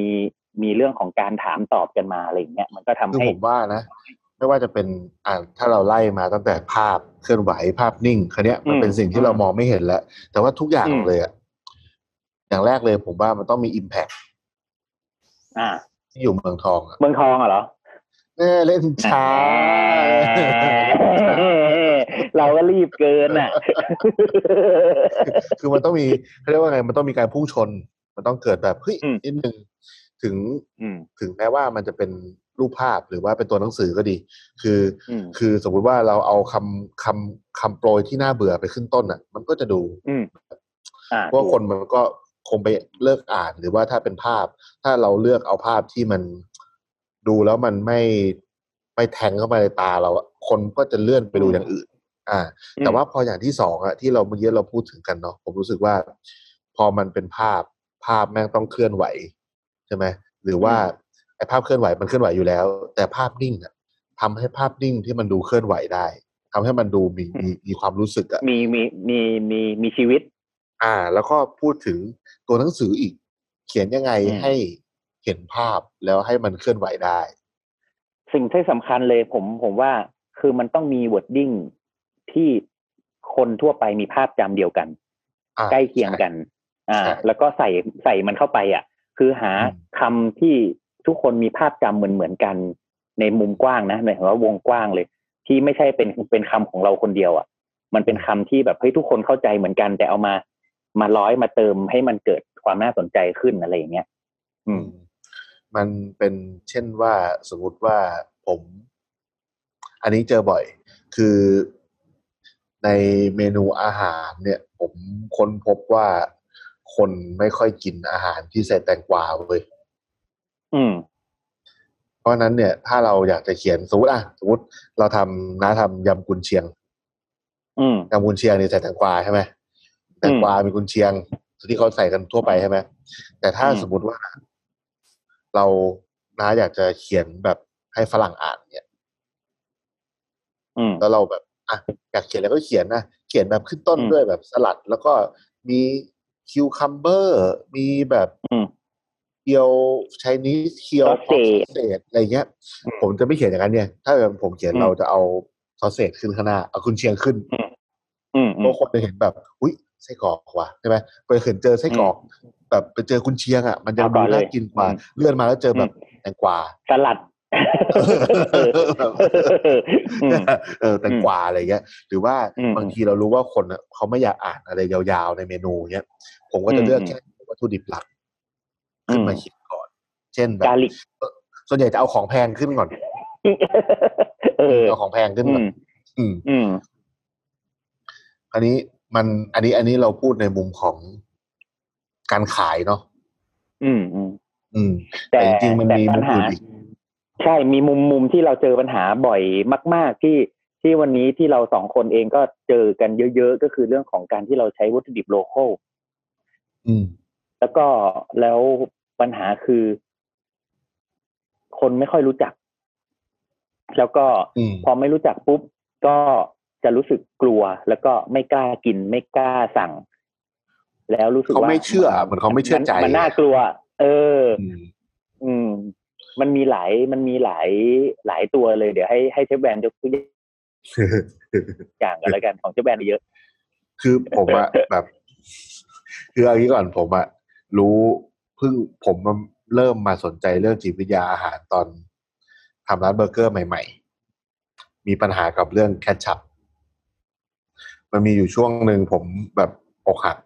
[SPEAKER 3] มีเรื่องของการถามตอบกันมาอะไรอย่างเงี้ย มันก็ทำ
[SPEAKER 2] คือ
[SPEAKER 3] ให้
[SPEAKER 2] ผมว่านะ ไม่ว่าจะเป็นอ่าถ้าเราไล่มาตั้งแต่ภาพเคลื่อนไหวภาพนิ่งคันเนี้ยมัน
[SPEAKER 3] อืม
[SPEAKER 2] เป็นสิ่งที่เรามองไม่เห็นแล้ว แต่ว่าทุกอย่าง
[SPEAKER 3] อืม
[SPEAKER 2] เลยอะอย่างแรกเลยผมว่ามันต้องมี Impact
[SPEAKER 3] อ่า
[SPEAKER 2] ที่อยู่เมืองทองอะ
[SPEAKER 3] เมืองทองอะเหรอ
[SPEAKER 2] เออเล่นช้า
[SPEAKER 3] เราก็รีบเกินอ่ะ
[SPEAKER 2] คือมันต้องมีเขาเรียกว่าไงมันต้องมีการพุ่งชน มันต้องเกิดแบบเฮ้ย
[SPEAKER 3] อืม
[SPEAKER 2] นิดนึงถึง
[SPEAKER 3] อืม
[SPEAKER 2] ถึงแม้ว่ามันจะเป็นรูปภาพหรือว่าเป็นตัวหนังสือก็ดี คืออ
[SPEAKER 3] ม
[SPEAKER 2] คือสมมุติว่าเราเอาคำคำคำโปรยที่น่าเบื่อไปขึ้นต้นอ่ะ มันก็จะดู
[SPEAKER 3] อืมอ่า
[SPEAKER 2] เพราะว่า
[SPEAKER 3] ถูก
[SPEAKER 2] คนมันก็คงไปเลิกอ่านหรือว่าถ้าเป็นภาพ ถ้าเราเลือกเอาภาพที่มันดูแล้วมันไม่ไม่แทงเข้ามาในตาเราอะคนก็จะเลื่อนไปดูอย่างอื่น อ่า แต่ว่าพออย่างที่สองอะที่เราเมื่อกี้เราพูดถึงกันเนาะผมรู้สึกว่า พอมันเป็นภาพภาพแม่งต้องเคลื่อนไหวใช่ไหมหรือว่าไอ้ภาพเคลื่อนไหวมันเคลื่อนไหวอยู่แล้ว แต่ภาพนิ่งอะทำให้ภาพนิ่งที่มันดูเคลื่อนไหวได้ทำให้มันดูมีมีมีความรู้สึกอะ
[SPEAKER 3] มีมีมีมีมีชีวิต
[SPEAKER 2] อ่า แล้วก็พูดถึงตัวหนังสืออีก เขียนยังไง
[SPEAKER 3] อืม
[SPEAKER 2] ให้เห็นภาพแล้วให้มันเคลื่อนไหวได้
[SPEAKER 3] สิ่งที่สำคัญเลยผมผมว่าคือมันต้องมีวอร์ดดิ้งที่คนทั่วไปมีภาพจำเดียวกัน
[SPEAKER 2] อ่า
[SPEAKER 3] ใกล้เคียงกัน อ่า
[SPEAKER 2] ใช่
[SPEAKER 3] แล้วก็ใส่ใส่มันเข้าไปอ่ะ คือหา
[SPEAKER 2] อืม
[SPEAKER 3] คำที่ทุกคนมีภาพจำเหมือนเหมือนๆกัน ในมุมกว้างนะในของเราวงกว้างเลย ที่ไม่ใช่เป็นเป็นคำของเราคนเดียวอะ่ะ มันเป็นคำที่แบบเฮ้ยทุกคนเข้าใจเหมือนกัน แต่เอามามาร้อยมาเติมให้มันเกิดความน่าสนใจขึ้นอะไรอย่างเงี้ยอืม
[SPEAKER 2] มันเป็นเช่นว่าสมมติว่าผม อันนี้เจอบ่อย คือในเมนูอาหารเนี่ย ผมค้นพบว่าคนไม่ค่อยกินอาหารที่ใส่แตงกวาเว้ย
[SPEAKER 3] อืม
[SPEAKER 2] เพราะฉะนั้นเนี่ยถ้าเราอยากจะเขียนสมมติอ่ะสมมติเราทำน้าทำยำกุนเชียง
[SPEAKER 3] อืม
[SPEAKER 2] ยำกุนเชียงเนี่ยใส่แตงกวาใช่ไหมแตงกวามีกุนเชียงที่เขาใส่กันทั่วไปใช่ไหมแต่ถ้า
[SPEAKER 3] อืม
[SPEAKER 2] สมมติว่า เราน้าอยากจะเขียนแบบให้ฝรั่งอ่านเนี่ย
[SPEAKER 3] อืม
[SPEAKER 2] แล้วเราแบบอ่ะอยากเขียนแล้วก็เขียนนะเขียนแบบขึ้นต้น
[SPEAKER 3] อืม
[SPEAKER 2] ด้วยแบบสลัด แล้วก็มีคิวคัมเบอร์ มีแบบ
[SPEAKER 3] อืม
[SPEAKER 2] เคียวไชนีสเคียว
[SPEAKER 3] ซอสเศษ
[SPEAKER 2] ซอสเศษอะไรเงี้ย ผมจะไม่เขียนอย่างนั้นเนี่ย ถ้าแบบผมเขียน
[SPEAKER 3] อืม
[SPEAKER 2] เราจะเอาซอสเศษขึ้นข้างหน้าเอากุนเชียงขึ้น
[SPEAKER 3] อืมอื
[SPEAKER 2] เพ
[SPEAKER 3] ม
[SPEAKER 2] ราะคนจะเห็นแบบ อุ้ยไส้กรอกว่ะใช่ไหมไปเห็นเจอไส้กรอก แบบไปเจอกุนเชียงอ่ะมันจะ
[SPEAKER 3] เอาก่
[SPEAKER 2] ดู
[SPEAKER 3] อนเลย
[SPEAKER 2] น่ากินกว่า
[SPEAKER 3] อืม
[SPEAKER 2] เลื่อนมาแล้วเจอแบบ
[SPEAKER 3] อืม
[SPEAKER 2] แตงกวา
[SPEAKER 3] สลัด อืม
[SPEAKER 2] เออแตงกวาอะไรเงี้ย หรือว่า
[SPEAKER 3] อืม
[SPEAKER 2] บางทีเรารู้ว่าคนน่ะเขาไม่อยากอ่านอะไรยาวๆในเมนูเนี้ย ผมก็จะเลือก
[SPEAKER 3] อืม
[SPEAKER 2] แค่วัตถุดิบหลัก
[SPEAKER 3] อื
[SPEAKER 2] ขึ้น
[SPEAKER 3] ม
[SPEAKER 2] มาคิดก่อน เช่นแบบ
[SPEAKER 3] กาลิก
[SPEAKER 2] ส่วนใหญ่จะเอาของแพงขึ้นก่อน
[SPEAKER 3] เออ
[SPEAKER 2] เอาของแพงขึ้น
[SPEAKER 3] อื
[SPEAKER 2] ก่อน
[SPEAKER 3] ม
[SPEAKER 2] อืม
[SPEAKER 3] อืม
[SPEAKER 2] อันนี้มันอันนี้อันนี้เราพูดในมุมของการขายเนาะ
[SPEAKER 3] อืมอืม
[SPEAKER 2] อืม แต่
[SPEAKER 3] แต่
[SPEAKER 2] จริงๆมัน
[SPEAKER 3] แต่
[SPEAKER 2] มี
[SPEAKER 3] ปัญหา
[SPEAKER 2] มุมอื่นอีก
[SPEAKER 3] ใช่มีมุมมุมที่เราเจอปัญหาบ่อยมาก ๆ ที่ที่วันนี้ที่เราสองคนเองก็เจอกันเยอะ ๆ ก็คือเรื่องของการที่เราใช้วัตถุดิบโลโก้
[SPEAKER 2] อืม
[SPEAKER 3] แล้วก็แล้วปัญหาคือ คนไม่ค่อยรู้จัก แล้วก็
[SPEAKER 2] อืม
[SPEAKER 3] พอไม่รู้จักปุ๊บ ก็จะรู้สึกกลัว แล้วก็ไม่กล้ากิน ไม่กล้าสั่ง แล้วรู้สึก
[SPEAKER 2] เขา
[SPEAKER 3] ว่า
[SPEAKER 2] ไม่เชื่อเหมือนเขาไม่เชื่อใจ
[SPEAKER 3] มันน่ากลัว เออ
[SPEAKER 2] อืม <laughs>
[SPEAKER 3] อืม มันมีหลายมันมีหลายหลายตัวเลยเดี๋ยวให้ให้เชฟแบนยกตัวอย่างกันแล้วกันของเชฟแบนเยอะ
[SPEAKER 2] คือผมอะ แบบคือเอางี้ก่อนผมอะรู้เพิ่งผมมาเริ่มมาสนใจเรื่องจิตวิทยาอาหารตอนทำร้านเบอร์เกอร์ใหม่ ๆ มีปัญหากับเรื่องแคชชัพมันมีอยู่ช่วงหนึ่งผมแบบอกหัก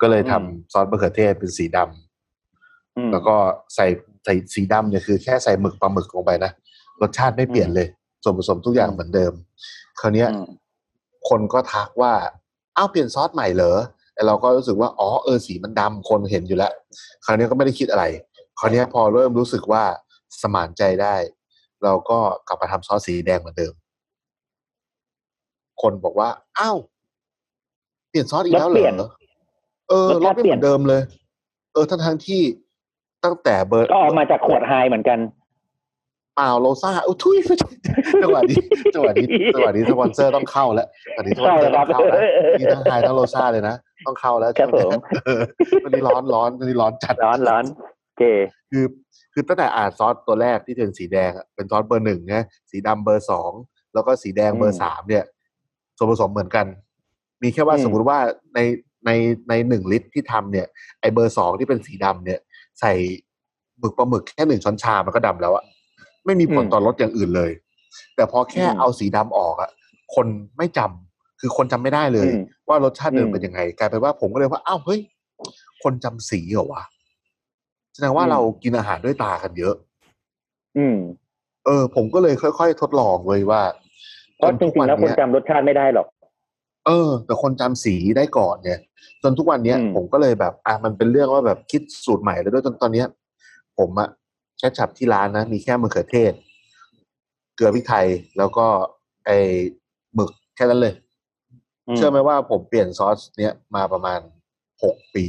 [SPEAKER 2] ก็เลยท
[SPEAKER 3] อืม
[SPEAKER 2] ำซอสมะเขือเทศเป็นสีด
[SPEAKER 3] อืม
[SPEAKER 2] ำแล้วก็ใส่ใส่สีดำเนี่ยคือแค่ใส่หมึกปลาหมึกลงไปนะรสชาติไม่เปลี่ยนเลย ส่วนผสมทุกอย่างเหมือนเดิม คราวเนี้ย
[SPEAKER 3] อืม
[SPEAKER 2] คนก็ทักว่าอ้าวเปลี่ยนซอสใหม่เหรอแต่เราก็รู้สึกว่าอ๋อเออสีมันดำคนเห็นอยู่แล้ว คราวเนี้ยก็ไม่ได้คิดอะไร คราวเนี้ยพอเริ่มรู้สึกว่าสมานใจได้ เราก็กลับมาทำซอสสีแดงเหมือนเดิม คนบอกว่าอ้าวเปลี่ยนซอสอีกแล้วเหร
[SPEAKER 3] รสเปลี่ยน
[SPEAKER 2] อเออ
[SPEAKER 3] ร
[SPEAKER 2] ร
[SPEAKER 3] ส
[SPEAKER 2] ส
[SPEAKER 3] ชาติ
[SPEAKER 2] ไม่
[SPEAKER 3] เปลี่
[SPEAKER 2] เหมื
[SPEAKER 3] ยน
[SPEAKER 2] อนเดิมเลย เออทั้งทั้งๆที่ตั้งแต่เบอร์
[SPEAKER 3] ก็ออกมาจากขวดไฮเหมือนกัน
[SPEAKER 2] เปล่าโลซ่าอุ้ยทุย <laughs> ไม่ใช่จังหวะนี้จังหวะนี้จังหวะนี้สปอนเซอร์ต้องเข้าแล้วจังหวะนี้สปอนเซอร์ต้องเข้าแล้วนี่ทั้งไฮทั้งโลซ่าเลยนะต้องเข้าแล้ว
[SPEAKER 3] ครับผม
[SPEAKER 2] เออวันนี้ร้ <laughs> อนร้อนวันนี้ร้อนจัด
[SPEAKER 3] ร้อนร้อนโอเค
[SPEAKER 2] คือ คือตั้งแต่อ่านซอสตัวแรกที่เป็นสีแดงอะเป็นซอสเบอร์หนึ่งนะสีดำเบอร์สองแล้วก็สีแดงเบอ
[SPEAKER 3] อื
[SPEAKER 2] ร์
[SPEAKER 3] ม
[SPEAKER 2] สามเนี่ยส่วนผสมเหมือนกัน มีแค่ว่า
[SPEAKER 3] อืม
[SPEAKER 2] สมมติว่าในในในหนึ่งลิตรที่ทำเนี่ยไอเบอร์สองที่เป็นสีดำเนี่ย ใส่หมึกปลาหมึกแค่หนึ่งช้อนชามันก็ดำแล้วอะไม่มีผล
[SPEAKER 3] อืม
[SPEAKER 2] ต่อรสอย่างอื่นเลย แต่พอแค่
[SPEAKER 3] อืม
[SPEAKER 2] เอาสีดำออกอะคนไม่จำคือคนจำไม่ได้เลย
[SPEAKER 3] อืม
[SPEAKER 2] ว่ารสชาติเดิม
[SPEAKER 3] อืม
[SPEAKER 2] เป็นยังไง กลายเป็นว่าผมก็เลยว่าอ้าวเฮ้ย คนจำสีเหรอวะแสดงว่า
[SPEAKER 3] อืม
[SPEAKER 2] เรากินอาหารด้วยตากันเยอะ
[SPEAKER 3] อืม
[SPEAKER 2] เออ ผมก็เลยค่อย ๆ ทดลองเลยว่า
[SPEAKER 3] เพราะ
[SPEAKER 2] น
[SPEAKER 3] จ
[SPEAKER 2] ทุก
[SPEAKER 3] ริงๆแล้วคน
[SPEAKER 2] เย
[SPEAKER 3] จำรสชาติไม่ได้หรอก
[SPEAKER 2] เออ แต่คนจำสีได้ก่อนเนี่ยจนทุกวันเนี้ย
[SPEAKER 3] อืม
[SPEAKER 2] ผมก็เลยแบบอ่ะมันเป็นเรื่องว่าแบบคิดสูตรใหม่แล้วด้วยจนตอนเนี้ย ผมอะแคชชับที่ร้านนะ มีแค่มะเขือเทศ เกลือพริกไทย แล้วก็ไอหมึกแค่นั้นเลย เชื่อไหมว่าผมเปลี่ยนซอสเนี้ยมาประมาณหกปี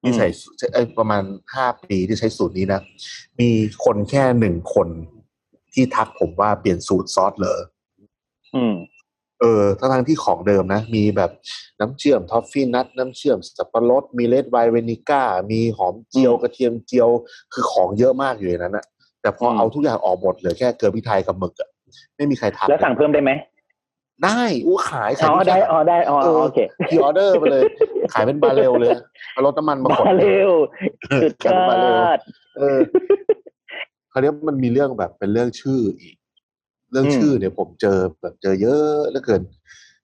[SPEAKER 2] ที่ใส่เอ้ยประมาณห้าปีที่ใช้สูตรนี้นะ มีคนแค่หนึ่งคนที่ทักผมว่าเปลี่ยนสูตรซอสเหรอ
[SPEAKER 3] อืม
[SPEAKER 2] เออทั้งทที่ของเดิมนะ มีแบบน้ำเชื่อมท็อฟฟี่นัทน้ำเชื่อมสับปะรด มีเลดไวน์เวนิก้า มีหอมเจียว
[SPEAKER 3] อืม
[SPEAKER 2] กระเทียมเจียว คือของเยอะมากอยู่ในนั้นนะแต่พออ
[SPEAKER 3] ม
[SPEAKER 2] เอาทุกอย่างออกหมดเหลือแค่เกลือพริกไทยกับหมึกอะไม่มีใครทัก
[SPEAKER 3] แล้วสั่งเพิ่มได้ไหม
[SPEAKER 2] ได้อู้ขายขาย
[SPEAKER 3] อ๋
[SPEAKER 2] ทุก
[SPEAKER 3] อ
[SPEAKER 2] อ
[SPEAKER 3] ได้
[SPEAKER 2] ย่าง
[SPEAKER 3] อ๋อได้อ๋ออ๋อโอเค
[SPEAKER 2] พีออเดอร์ไปเลย ขายเป็นบาเรลเลยเอารถน้ำมันมาขน
[SPEAKER 3] บาเร็วสุดย
[SPEAKER 2] ขายเป็นบาเรล
[SPEAKER 3] อด
[SPEAKER 2] เออ คราวนี้มันมีเรื่องแบบเป็นเรื่องชื่ออีก เรื่อง
[SPEAKER 3] อืม
[SPEAKER 2] ชื่อเนี่ยผมเจอแบบเจอเยอะเหลือเกิน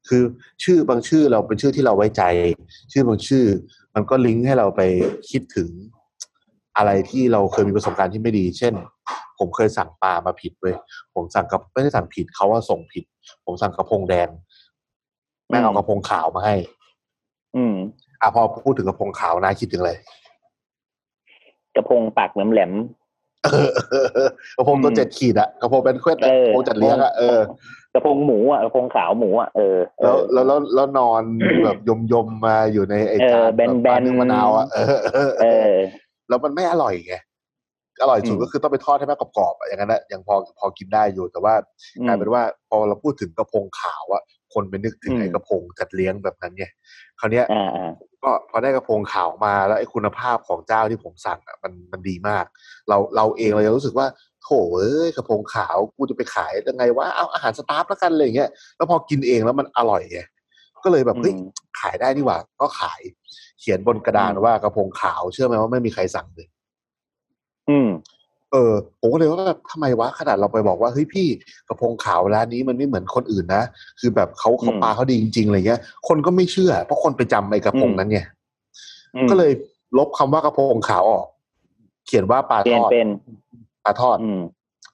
[SPEAKER 2] คือชื่อบางชื่อเราเป็นชื่อที่เราไว้ใจ ชื่อบางชื่อ มันก็ลิงก์ให้เราไปคิดถึงอะไรที่เราเคยมีประสบการณ์ที่ไม่ดี เช่น ผมเคยสั่งปลามาผิดเว้ยผมสั่งกับไม่ได้สั่งผิดเขาว่าส่งผิด ผมสั่งกระพงแดงแม่งเอากระพงขาวมาให้
[SPEAKER 3] อืม
[SPEAKER 2] อ่ะพอพูดถึงกระพงขาวนาคิดถึงอะไร <laughs>
[SPEAKER 3] กระพงปากแหลมแหลม
[SPEAKER 2] เออกระผมตัว
[SPEAKER 3] อืม
[SPEAKER 2] เจ็ดขีดอะกระผมเป็นเควสอะ
[SPEAKER 3] เออก
[SPEAKER 2] ระผมจัดเลี้ยงอะเออ
[SPEAKER 3] ๆกระพงหมูอ่ะกระพงขาวหมูอ่ะเออเอ
[SPEAKER 2] แล้ว
[SPEAKER 3] อ
[SPEAKER 2] แล้วแล้วแล้วน
[SPEAKER 3] <coughs>
[SPEAKER 2] อนแบบยมยมๆมาอยู่ในไอ้จาน
[SPEAKER 3] เออแบนๆ
[SPEAKER 2] ปลานึ่งมะนาวอะ <laughs> เออเออ
[SPEAKER 3] เอ
[SPEAKER 2] เออ
[SPEAKER 3] อ
[SPEAKER 2] แล้วมันไม่อร่อยไงอร่อยสุด
[SPEAKER 3] อืม
[SPEAKER 2] ก็คือต้องไปทอดให้แม่กรอบๆอะอย่างนั้นนะยังพอพอกินได้อยู่แต่ว่า
[SPEAKER 3] อืม
[SPEAKER 2] กลายเป็นว่าพอเราพูดถึงกระพงขาวอะคนไปนึกถึง
[SPEAKER 3] อืม
[SPEAKER 2] ไอ้กระพงจัดเลี้ยงแบบนั้นไงคราวเนี้ย
[SPEAKER 3] อ่าอ่า
[SPEAKER 2] ก็พอได้กระโพงขาวมาแล้วไอ้คุณภาพของเจ้าที่ผมสั่งอ่ะมันมันดีมาก เราเราเองเรายังรู้สึกว่าโถเอ้ยกระโพงขาวกูจะไปขายยังไงวะเอาอาหารสตาร์ฟแล้วกันอะไรอย่างเงี้ยแล้วพอกินเองแล้วมันอร่อยไงก็เลยแบบเฮ้ย
[SPEAKER 3] อืม
[SPEAKER 2] ขายได้นี่หว่าก็ขาย เขียนบนกระดานว่ากระโพงขาวเชื่อไหมว่าไม่มีใครสั่งเลย
[SPEAKER 3] อืม
[SPEAKER 2] เออผมก็เลยว่าแบบทำไมวะขนาดเราไปบอกว่าเฮ้ยพี่กระโพงขาวร้านนี้มันไม่เหมือนคนอื่นนะคือแบบเขาเขา
[SPEAKER 3] อืม
[SPEAKER 2] ปลาเขาดีจริงๆอะไรเงี้ย คนก็ไม่เชื่อ เพราะคนไปจำไอ้กระโพงนั้นไง
[SPEAKER 3] อืม
[SPEAKER 2] ก็เลยลบคำว่ากระโปรงขาวออก เขียนว่าปลา
[SPEAKER 3] เปลี่
[SPEAKER 2] ท
[SPEAKER 3] ยน
[SPEAKER 2] อด
[SPEAKER 3] เป็น
[SPEAKER 2] ปลาทอด
[SPEAKER 3] อืม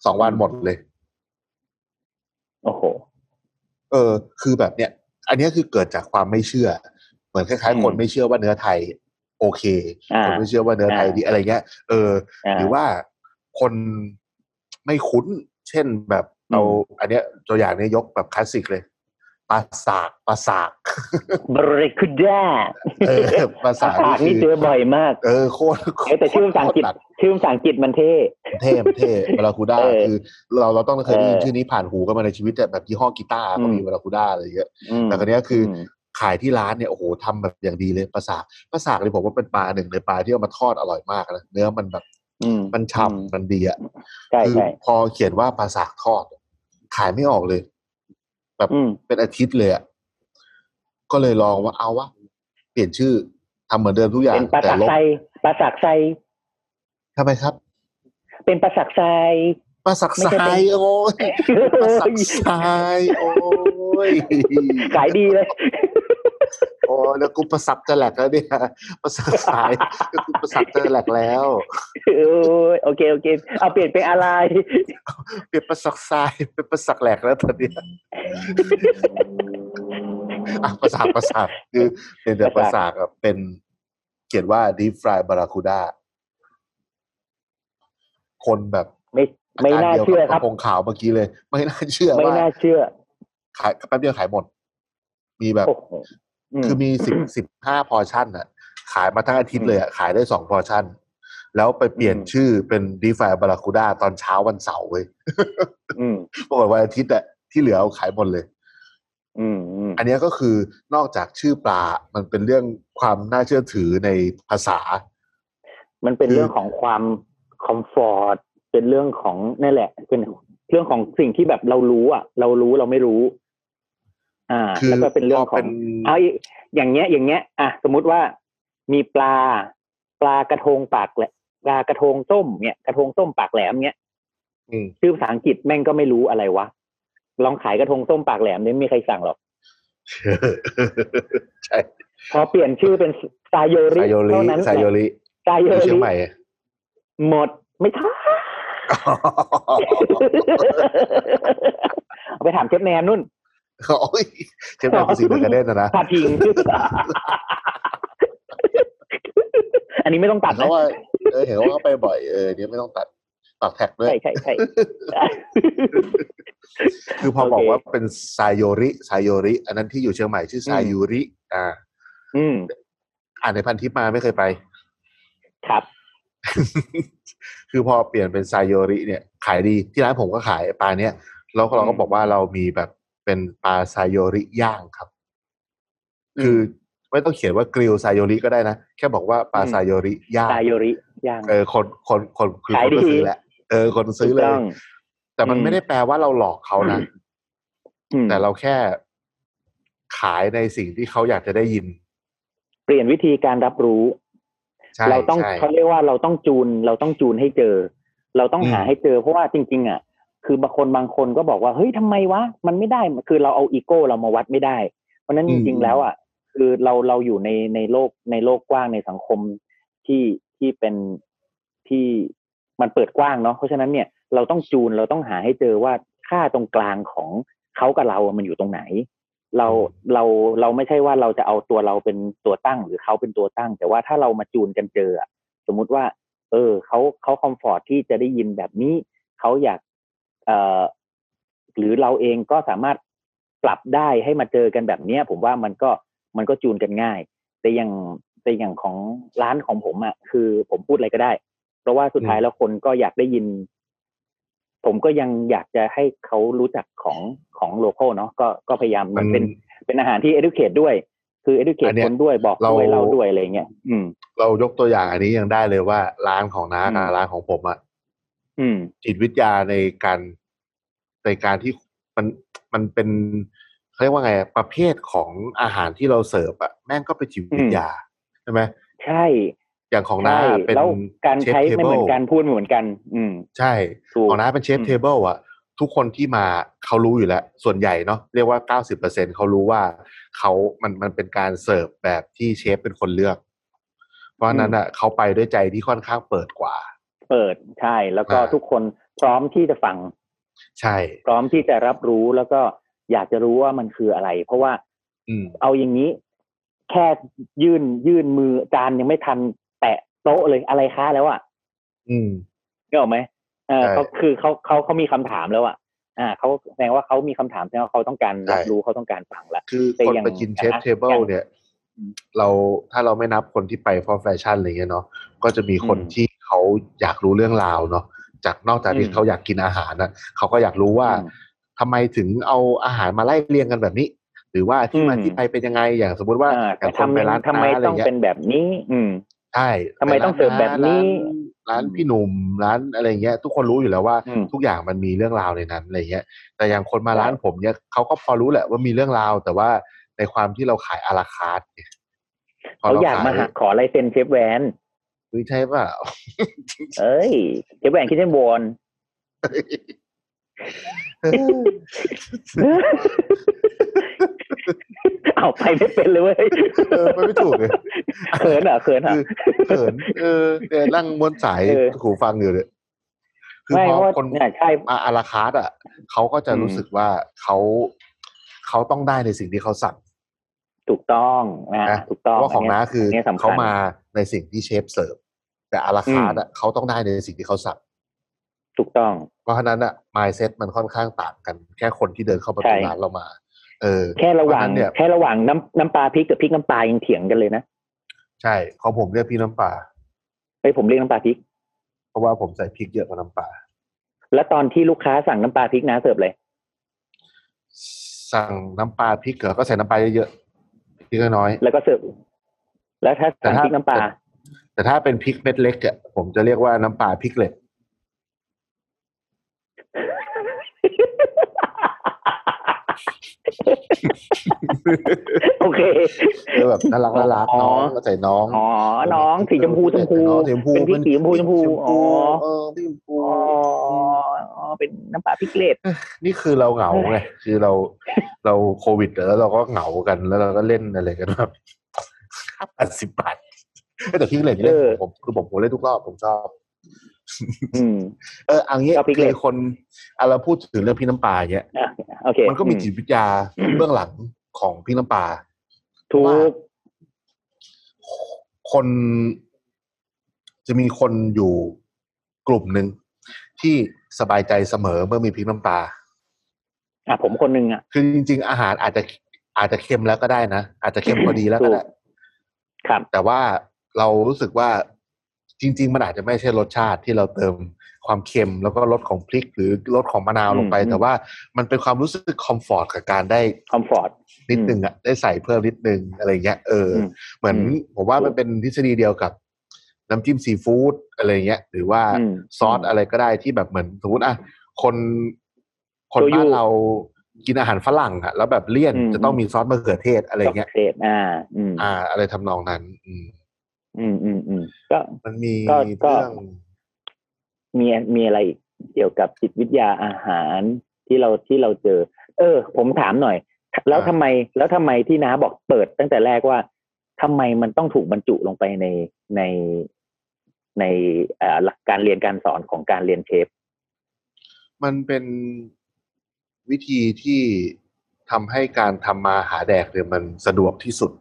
[SPEAKER 2] สองวันหมดเลย
[SPEAKER 3] โอ้โห
[SPEAKER 2] เออ คือแบบเนี้ยอันเนี้ยคือเกิดจากความไม่เชื่อ เหมือนคล้าย
[SPEAKER 3] อืม
[SPEAKER 2] ๆ คนไม่เชื่อว่าเนื้อไทย โอเค
[SPEAKER 3] อ่า
[SPEAKER 2] คนไม่เชื่อว่าเนื้อไทย
[SPEAKER 3] อ่า
[SPEAKER 2] ดีอะไรเงี้ยเออ
[SPEAKER 3] อ่า
[SPEAKER 2] หรือว่าคนไม่คุ้น เช่นแบบเรา
[SPEAKER 3] อื
[SPEAKER 2] อันเนี้ยตัวอย่างเนี้ยยกแบบคลาสสิกเลยปลาสากปลาสาก
[SPEAKER 3] บริคุด้า
[SPEAKER 2] เอ
[SPEAKER 3] <laughs>
[SPEAKER 2] อปลา
[SPEAKER 3] อา
[SPEAKER 2] สาก
[SPEAKER 3] หาร
[SPEAKER 2] นี่
[SPEAKER 3] นี่เจ
[SPEAKER 2] คือ
[SPEAKER 3] อบ่อยมาก
[SPEAKER 2] เออโคตรโค
[SPEAKER 3] เอ้ยแต่ชื่อภาษาอังกฤษ
[SPEAKER 2] โคตหนั
[SPEAKER 3] ชื่อภาษาอังกฤษมันเท่
[SPEAKER 2] เท่มันเท่บาราคูด้า
[SPEAKER 3] เออ
[SPEAKER 2] คือเราเราต้องเคยได้ยิน
[SPEAKER 3] เออ
[SPEAKER 2] ชื่อนี้ผ่านหูกันมาในชีวิตแต่แบบยี่ห้อกีตาร์ก็มี
[SPEAKER 3] อืม
[SPEAKER 2] บาราคูด้าอะไรเงี้ย
[SPEAKER 3] อืม
[SPEAKER 2] แต่คราวเนี้ยคืออ
[SPEAKER 3] ม
[SPEAKER 2] ขายที่ร้านเนี่ยโอ้โหทำแบบอย่างดีเลยปลาสากปลาสากเลยผมว่าเป็นปลาหนึ่งในปลาที่เอามาทอดอร่อยมากนะเนื้อมันแบบ
[SPEAKER 3] อืม
[SPEAKER 2] มัน
[SPEAKER 3] อืม
[SPEAKER 2] ฉ่ำมันดีอ่ะ
[SPEAKER 3] ใช่
[SPEAKER 2] คื
[SPEAKER 3] ใช่
[SPEAKER 2] พอเขียนว่าปลาสากทอด ขายไม่ออกเลย แบบ
[SPEAKER 3] อืม
[SPEAKER 2] เป็นอาทิตย์เลยอ่ะก็เลยลองว่าเอาวะเปลี่ยนชื่อทำเหมือนเดิมทุกอย่าง
[SPEAKER 3] เป็นปลา
[SPEAKER 2] แต่
[SPEAKER 3] สัก
[SPEAKER 2] ลบ
[SPEAKER 3] ไซปลาสักไซ
[SPEAKER 2] ทำไมครับ
[SPEAKER 3] เป็นปลาสักไซ
[SPEAKER 2] ปลาสัก
[SPEAKER 3] ไม่
[SPEAKER 2] ท
[SPEAKER 3] ใช่เป็น
[SPEAKER 2] รายโอ้ย ปลาสักทรายโอ้ย
[SPEAKER 3] ขายดีเลย
[SPEAKER 2] โอ้ยแล้วกูประสักจะแหลกแล้วเนี่ยประสักทรายแล้วกูประสักจะแหลกแล้ว
[SPEAKER 3] โอ้ยโอเคโอเคเอาเปลี่ยนเป็นอะไร
[SPEAKER 2] เป็นประสักทรายเป็นประสักแหลกแล้วตอนเนี้ยอ่ะประสักประสักคือเป็นแต่ประสักอะเป็นเขียนว่า deep fry barracuda คนแบบ
[SPEAKER 3] ไม่ไม่น่าเชื่อครั
[SPEAKER 2] ก
[SPEAKER 3] บ
[SPEAKER 2] ระพงขาวเมื่อกี้เลย ไม่น่าเชื่อ
[SPEAKER 3] ไม่
[SPEAKER 2] ว่า
[SPEAKER 3] น่าเชื่อ
[SPEAKER 2] ขายแป๊บเดียวขายหมด มีแบบ
[SPEAKER 3] โอ้โหอืม
[SPEAKER 2] คือมีสิบสิบห้าพอร์ชั่นอะขายมาทั้งอาทิตย์เลยอะขายได้สองพอร์ชั่น แล้วไปเปลี่ยน
[SPEAKER 3] อืม
[SPEAKER 2] ชื่อเป็นดีฟาบาราคูด้าตอนเช้าวันเสาร์เว้ย
[SPEAKER 3] อืม
[SPEAKER 2] ปรากฏวันอาทิตย์อะที่เหลือเอาขายหมดเลย
[SPEAKER 3] อืมอืม
[SPEAKER 2] อันเนี้ยก็คือนอกจากชื่อปลา มันเป็นเรื่องความน่าเชื่อถือในภาษา
[SPEAKER 3] มันเป็น
[SPEAKER 2] คือ
[SPEAKER 3] เรื่องของความคอมฟอร์ตเป็นเรื่องของนั่นแหละ เป็นเรื่องของสิ่งที่แบบเรารู้อ่ะ เรารู้เราไม่รู้ อ่า
[SPEAKER 2] คือ
[SPEAKER 3] แล้วก็เป็นเรื่อง
[SPEAKER 2] พ
[SPEAKER 3] ของ
[SPEAKER 2] น
[SPEAKER 3] เอาอีกอย่างเงี้ยอย่างเงี้ยอ่ะสมมุติว่ามีปลา ปลากระทงปากแหละปลากระทงต้มเนี่ยกระทงต้มปากแหลมเนี่ย
[SPEAKER 2] อืม
[SPEAKER 3] ชื่อภาษาอังกฤษแม่งก็ไม่รู้อะไรวะลองขายกระทงต้มปากแหลมเนี่ยไม่มีใครสั่งหรอกพอเปลี่ยนชื่อเป็นซาโยริ
[SPEAKER 2] ไซโยริ
[SPEAKER 3] เท่านั้น
[SPEAKER 2] ไซโยริ
[SPEAKER 3] ซาโย
[SPEAKER 2] อยู่
[SPEAKER 3] ริ
[SPEAKER 2] เชียงใหม่อะ
[SPEAKER 3] หมดไม่ทัน เอาไปถามเชฟแนนนุ่น
[SPEAKER 2] โอ้ยเชฟแมนภาษีเดือกระเด้นนะนะ
[SPEAKER 3] พาดพิง อันนี้ไม่ต้องตัด
[SPEAKER 2] เพ
[SPEAKER 3] นะ
[SPEAKER 2] ราะว่าเออเห็นว่าเขาไปบ่อยเออเดี๋ยวไม่ต้องตัดตัดแท็กด้วย
[SPEAKER 3] ใช่ใช่
[SPEAKER 2] <laughs>
[SPEAKER 3] ใช่
[SPEAKER 2] คือพอบอก
[SPEAKER 3] โอเค
[SPEAKER 2] ว่าเป็นไซโยริไซโยริ อันนั้นที่อยู่เชียงใหม่ชื่อไซโยริ อ่า
[SPEAKER 3] อืม
[SPEAKER 2] อ่านในพันทิปมาไม่เคยไป
[SPEAKER 3] ครับ
[SPEAKER 2] คือพอเปลี่ยนเป็นไซโยริ เนี่ย ขายดีที่ร้านผมก็ขายปลาเนี้ยแล้วเราก็บอกว่าเรามีแบบเป็นปลาไซโยริย่างครับ คือไม่ต้องเขียนว่ากริลไซโยริก็ได้นะ แค่บอกว่าปลา
[SPEAKER 3] อืม
[SPEAKER 2] ไซโยริย่าง
[SPEAKER 3] ซาโยริย่าง
[SPEAKER 2] เออคนคนคนคือ
[SPEAKER 3] ขา
[SPEAKER 2] ค
[SPEAKER 3] ย
[SPEAKER 2] นก็
[SPEAKER 3] ดี
[SPEAKER 2] ซื้อแหละเออคนซื้อเล
[SPEAKER 3] ถู
[SPEAKER 2] ย
[SPEAKER 3] กต้ง
[SPEAKER 2] แต่มัน
[SPEAKER 3] อืม
[SPEAKER 2] ไม่ได้แปลว่าเราหลอกเขานะ
[SPEAKER 3] อืม
[SPEAKER 2] แต่เราแค่ ขายในสิ่งที่เขาอยากจะได้ยิน
[SPEAKER 3] เปลี่ยนวิธีการรับรู้
[SPEAKER 2] ใช่
[SPEAKER 3] เราต้อง
[SPEAKER 2] ใช่
[SPEAKER 3] เขาเรียกว่าเราต้องจูน เราต้องจูนให้เจอ เราต้องหา
[SPEAKER 2] อืม
[SPEAKER 3] ให้เจอ เพราะว่าจริง ๆ อ่ะ คือบางคนบางคนก็บอกว่าเฮ้ยทำไมวะมันไม่ได้คือเราเอาอีโก้เรามาวัดไม่ได้ เพราะฉะนั้น
[SPEAKER 2] อื
[SPEAKER 3] จ
[SPEAKER 2] ม
[SPEAKER 3] ริง ๆ แล้วอ่ะคือเราเราอยู่ในในโลกในโลกกว้างในสังคมที่ที่เป็นที่มันเปิดกว้างเนาะเพราะฉะนั้นเนี่ยเราต้องจูนเราต้องหาให้เจอว่าค่าตรงกลางของเขากับเราอะมันอยู่ตรงไหน เราเราเราไม่ใช่ว่าเราจะเอาตัวเราเป็นตัวตั้งหรือเขาเป็นตัวตั้ง แต่ว่าถ้าเรามาจูนกันเจออะสมมุติว่า เออเขาเขาคอมฟอร์ทที่จะได้ยินแบบนี้เขาอยากเอ่อหรือเราเองก็สามารถปรับได้ให้มาเจอกันแบบเนี้ย ผมว่ามันก็มันก็จูนกันง่าย แต่อย่างแต่อย่างของร้านของผมอะ่ะคือผมพูดอะไรก็ได้ เพราะว่าสุดท้ายแล้วคนก็อยากได้ยิน ผมก็ยังอยากจะให้เขารู้จักของของโลโก้เนาะก็ก็พยายามมันเป็น เป็นอาหารที่ educate ด้วย คือ
[SPEAKER 2] อั
[SPEAKER 3] educate
[SPEAKER 2] นเนี้ย
[SPEAKER 3] คนด้วยบอกด้วย
[SPEAKER 2] เรา
[SPEAKER 3] เราด้วยอะไรเงี้ย อืม
[SPEAKER 2] เรายกตัวอย่างอันนี้ยังได้เลยว่าร้านของน้ากับ
[SPEAKER 3] อืม
[SPEAKER 2] ร้านของผมอะ
[SPEAKER 3] อืม
[SPEAKER 2] จิตวิทยาในการในการที่มันมันเป็นเขาเรียกว่าไงอะประเภทของอาหารที่เราเสิร์ฟอะแม่งก็เป็นจิตวิทยาใช่ไหม
[SPEAKER 3] ใช่
[SPEAKER 2] อย่างของน้า
[SPEAKER 3] ใช่
[SPEAKER 2] เป็น
[SPEAKER 3] แล้วการใช้
[SPEAKER 2] chef
[SPEAKER 3] ไม่เหมือน
[SPEAKER 2] table
[SPEAKER 3] กันพูดไม่เหมือนกัน อืม
[SPEAKER 2] ใช่
[SPEAKER 3] ถูก
[SPEAKER 2] ของน้าเป็นเชฟ
[SPEAKER 3] อืม
[SPEAKER 2] เทเบิลอะทุกคนที่มาเขารู้อยู่แล้ว ส่วนใหญ่เนาะเรียกว่าเก้าสิบเปอร์เซ็นเขารู้ว่าเขามันมันเป็นการเสิร์ฟแบบที่เชฟเป็นคนเลือก เพราะฉะนั้นอะเขาไปด้วยใจที่ค่อนข้างเปิดกว่า
[SPEAKER 3] เปิดใช่ แล้วก็
[SPEAKER 2] อ่า
[SPEAKER 3] ทุกคนพร้อมที่จะฟัง
[SPEAKER 2] ใช่
[SPEAKER 3] พร้อมที่จะรับรู้แล้วก็อยากจะรู้ว่ามันคืออะไร เพราะว่า
[SPEAKER 2] อืม
[SPEAKER 3] เอาอย่างนี้ แค่ยื่นยื่นมือจานยังไม่ทันแตะโต๊ะเลยอะไรค้าแล้วอ่ะ
[SPEAKER 2] อืม
[SPEAKER 3] นึกออกไหมเออ
[SPEAKER 2] ใช่
[SPEAKER 3] เขาคือเขาเขาเขามีคำถามแล้วอ่ะ อ่าเขาแสดงว่าเขามีคำถามแสดงว่าเขาต้องการรับ
[SPEAKER 2] ใช่
[SPEAKER 3] รู้เขาต้องการฟังละ
[SPEAKER 2] คือ
[SPEAKER 3] แต่
[SPEAKER 2] คน
[SPEAKER 3] อย่าง
[SPEAKER 2] ไปกินเชฟ
[SPEAKER 3] อย่าง
[SPEAKER 2] เทเบิลเนี่ย
[SPEAKER 3] อืม
[SPEAKER 2] เราถ้าเราไม่นับคนที่ไปเพราะแฟชั่นอะไรเงี้ยเนาะก็จะมีคน
[SPEAKER 3] อืม
[SPEAKER 2] ที่เขาอยากรู้เรื่องราวเนาะจากนอกจากที่
[SPEAKER 3] อืม
[SPEAKER 2] เขาอยากกินอาหารนะเขาก็อยากรู้ว่า
[SPEAKER 3] อืม
[SPEAKER 2] ทำไมถึงเอาอาหารมาไล่เรียงกันแบบนี้ หรือว่าที่มา
[SPEAKER 3] อืม
[SPEAKER 2] ที่ไปเป็นยังไงอย่างสมมติว่า
[SPEAKER 3] อ่า
[SPEAKER 2] อย่างคน
[SPEAKER 3] ทำ
[SPEAKER 2] ไป
[SPEAKER 3] ไม
[SPEAKER 2] ร้าน
[SPEAKER 3] ทำไม
[SPEAKER 2] ค้าะร
[SPEAKER 3] ต้อง
[SPEAKER 2] งี้ย
[SPEAKER 3] เป็นแบบนี้ อืม
[SPEAKER 2] ใช่
[SPEAKER 3] ทำไมต้องเสิร์ฟแบบนี้
[SPEAKER 2] ร้าร้านพี่หนุ่มร้านอะไรเงี้ย ทุกคนรู้อยู่แล้วว่า
[SPEAKER 3] อืม
[SPEAKER 2] ทุกอย่างมันมีเรื่องราวในนั้นอะไรเงี้ย แต่อย่างคนมา
[SPEAKER 3] ใช่
[SPEAKER 2] ร้านผมเนี่ยเขาก็พอรู้แหละว่ามีเรื่องราว แต่ว่าในความที่เราขายอาราคาร์ด
[SPEAKER 3] เขาอยากมาหาขอลายเซ็นเชฟแวน
[SPEAKER 2] ไม่ใช่ป่ะ
[SPEAKER 3] เอ้ยเชฟแวนคิดเช่นวอน เอาไปไม่เป็นเลยเว้ย
[SPEAKER 2] เออไปไม่ถูกเลย
[SPEAKER 3] เขินอ่ะเขินอ่ะ
[SPEAKER 2] คือ <laughs> เขินเออเนี่ยนั่งมวนสาย
[SPEAKER 3] เออ
[SPEAKER 2] หูฟังอยู่เลยคือ
[SPEAKER 3] ไม่
[SPEAKER 2] พ
[SPEAKER 3] เพ
[SPEAKER 2] อ
[SPEAKER 3] ราะว่า
[SPEAKER 2] คน
[SPEAKER 3] เนี่ยใช่
[SPEAKER 2] อาอาราคาร์ดอ่ะเขาก็จะ
[SPEAKER 3] อืม
[SPEAKER 2] รู้สึกว่าเขาเขาต้องได้ในสิ่งที่เขาสั่ง
[SPEAKER 3] ถูกต้องนะ
[SPEAKER 2] นะ
[SPEAKER 3] ถูกต้อง
[SPEAKER 2] เพราะว่าของน้าคืออน
[SPEAKER 3] เนี้ยสำคัญ
[SPEAKER 2] เขามาในสิ่งที่เชฟเสิร์ฟแต่อาราคาร์ดอ่ะเขาต้องได้ในสิ่งที่เขาสั่ง
[SPEAKER 3] ถูกต้อง
[SPEAKER 2] เพราะฉะนั้นอ่ะ mindset มันค่อนข้างต่างกัน แค่คนที่เดินเข้าประ
[SPEAKER 3] ใช่
[SPEAKER 2] ตูร้านเรามา เออ
[SPEAKER 3] แค่ระหว่า
[SPEAKER 2] เพฉ
[SPEAKER 3] ง
[SPEAKER 2] นั้นเนี่ย
[SPEAKER 3] แค่ระหว่างน้ำน้ำปลาพริกกับพริกน้ำปลายังเถียงกันเลยนะ
[SPEAKER 2] ใช่ของผมเรียกพี่น้ำปลา
[SPEAKER 3] ไอยผมเรียกน้ำปลาพริก
[SPEAKER 2] เพราะว่าผมใส่พริกเยอะกว่าน้ำปลา
[SPEAKER 3] แล้วตอนที่ลูกค้าสั่งน้ำปลาพริกนะเสิร์ฟเลย
[SPEAKER 2] สั่งน้ำปลาพริกเหรอก็ใส่น้ำปลาเยอะๆพริกน้อยๆ
[SPEAKER 3] แล้วก็เสิร์ฟแล้วถ้าสั่งพริกน้ำปลา
[SPEAKER 2] แต่แต่ถ้าเป็นพริกเม็ดเล็กอะผมจะเรียกว่าน้ำปลาพริกเล็ก
[SPEAKER 3] <laughs> โอเค
[SPEAKER 2] คือแบบน่ารักน่ารัก
[SPEAKER 3] อ๋อ
[SPEAKER 2] น้องก็ใส่น้อง
[SPEAKER 3] อ๋อ น้องสีชมพูชมพู
[SPEAKER 2] น้องสีชมพู
[SPEAKER 3] เป็นพริกสีชมพูชมพูอ๋อ
[SPEAKER 2] เออพริกชมพู
[SPEAKER 3] อ๋ออ๋อเป็นน้ำปลาพริกเลด
[SPEAKER 2] นี่คือเราเหงาไงคือเราเราโควิดแล้วเราก็เหงากันแล้วเราก็เล่นอะไรกันแบบแปดสิบบาทแต่พริกเล็กนี่เล่น
[SPEAKER 3] เออ
[SPEAKER 2] ผมคือผมผมเล่นทุกรอบผมชอบ
[SPEAKER 3] อืม
[SPEAKER 2] เออเอางี้
[SPEAKER 3] เอาพริก
[SPEAKER 2] คื
[SPEAKER 3] เหล็
[SPEAKER 2] อก คนอ่ะเราพูดถึงเรื่องพริกน้ำปลาอย่างเงี้ย
[SPEAKER 3] อ่ะโอเค
[SPEAKER 2] มันก็มีจิตวิทยาเบื้องหลังของพริกน้ำปลา
[SPEAKER 3] ถู
[SPEAKER 2] ว่า
[SPEAKER 3] ก
[SPEAKER 2] คนจะมีคนอยู่กลุ่มหนึ่งที่สบายใจเสมอเมื่อมีพริกน้ำปลา
[SPEAKER 3] อ่ะผมคนหนึ่งอ่ะ
[SPEAKER 2] คือจริง ๆ อาหารอาจจะอาจจะเค็มแล้วก็ได้นะ อาจจะเค็มพอดีแล้วก็ได้
[SPEAKER 3] ครับ
[SPEAKER 2] แต่ว่าเรารู้สึกว่าจริง ๆ มันอาจจะไม่ใช่รสชาติที่เราเติมความเค็มแล้วก็รสของพริก หรือรสของมะนาวลงไป
[SPEAKER 3] อืม
[SPEAKER 2] แต่ว่ามันเป็นความรู้สึกคอมฟอร์ตกับการได้
[SPEAKER 3] คอมฟอร์ต
[SPEAKER 2] นิดนึงอ่ะได้ใส่เพิ่มนิดนึงอะไรเงี้ยเอออ
[SPEAKER 3] ม
[SPEAKER 2] เหมือน
[SPEAKER 3] อืม
[SPEAKER 2] ผมว่ามันเป็นทฤษฎีเดียวกับ น้ำจิ้มซีฟู้ดอะไรเงี้ย หรือว่า
[SPEAKER 3] อืม
[SPEAKER 2] ซอสอะไรก็ได้ที่แบบเหมือนสมมติอ่ะคนคน
[SPEAKER 3] โชยุ
[SPEAKER 2] บ้านเรา กินอาหารฝรั่งอะแล้วแบบเลี่ยน
[SPEAKER 3] อืม
[SPEAKER 2] จะต้องมีซอสมะเขือเทศอะไรเงี้ย
[SPEAKER 3] เศษอ่า อืม
[SPEAKER 2] อ่า อะไรทำนองนั้น อืม
[SPEAKER 3] อืมอืมอืมก็
[SPEAKER 2] มันมี
[SPEAKER 3] ก็ก็
[SPEAKER 2] เรื่อง
[SPEAKER 3] มีมีอะไรอีกเกี่ยวกับจิตวิทยาอาหารที่เราที่เราเจอ เออ ผมถามหน่อย แล้วทำไมแล้วทำไมที่น้าบอกเปิดตั้งแต่แรกว่าทำไมมันต้องถูกบรรจุลงไปในในในเอ่อหลักการเรียนการสอนของการเรียนเชฟ
[SPEAKER 2] มันเป็นวิธีที่ทำให้การทำมาหาแดกเนี่ยมันสะดวกที่สุด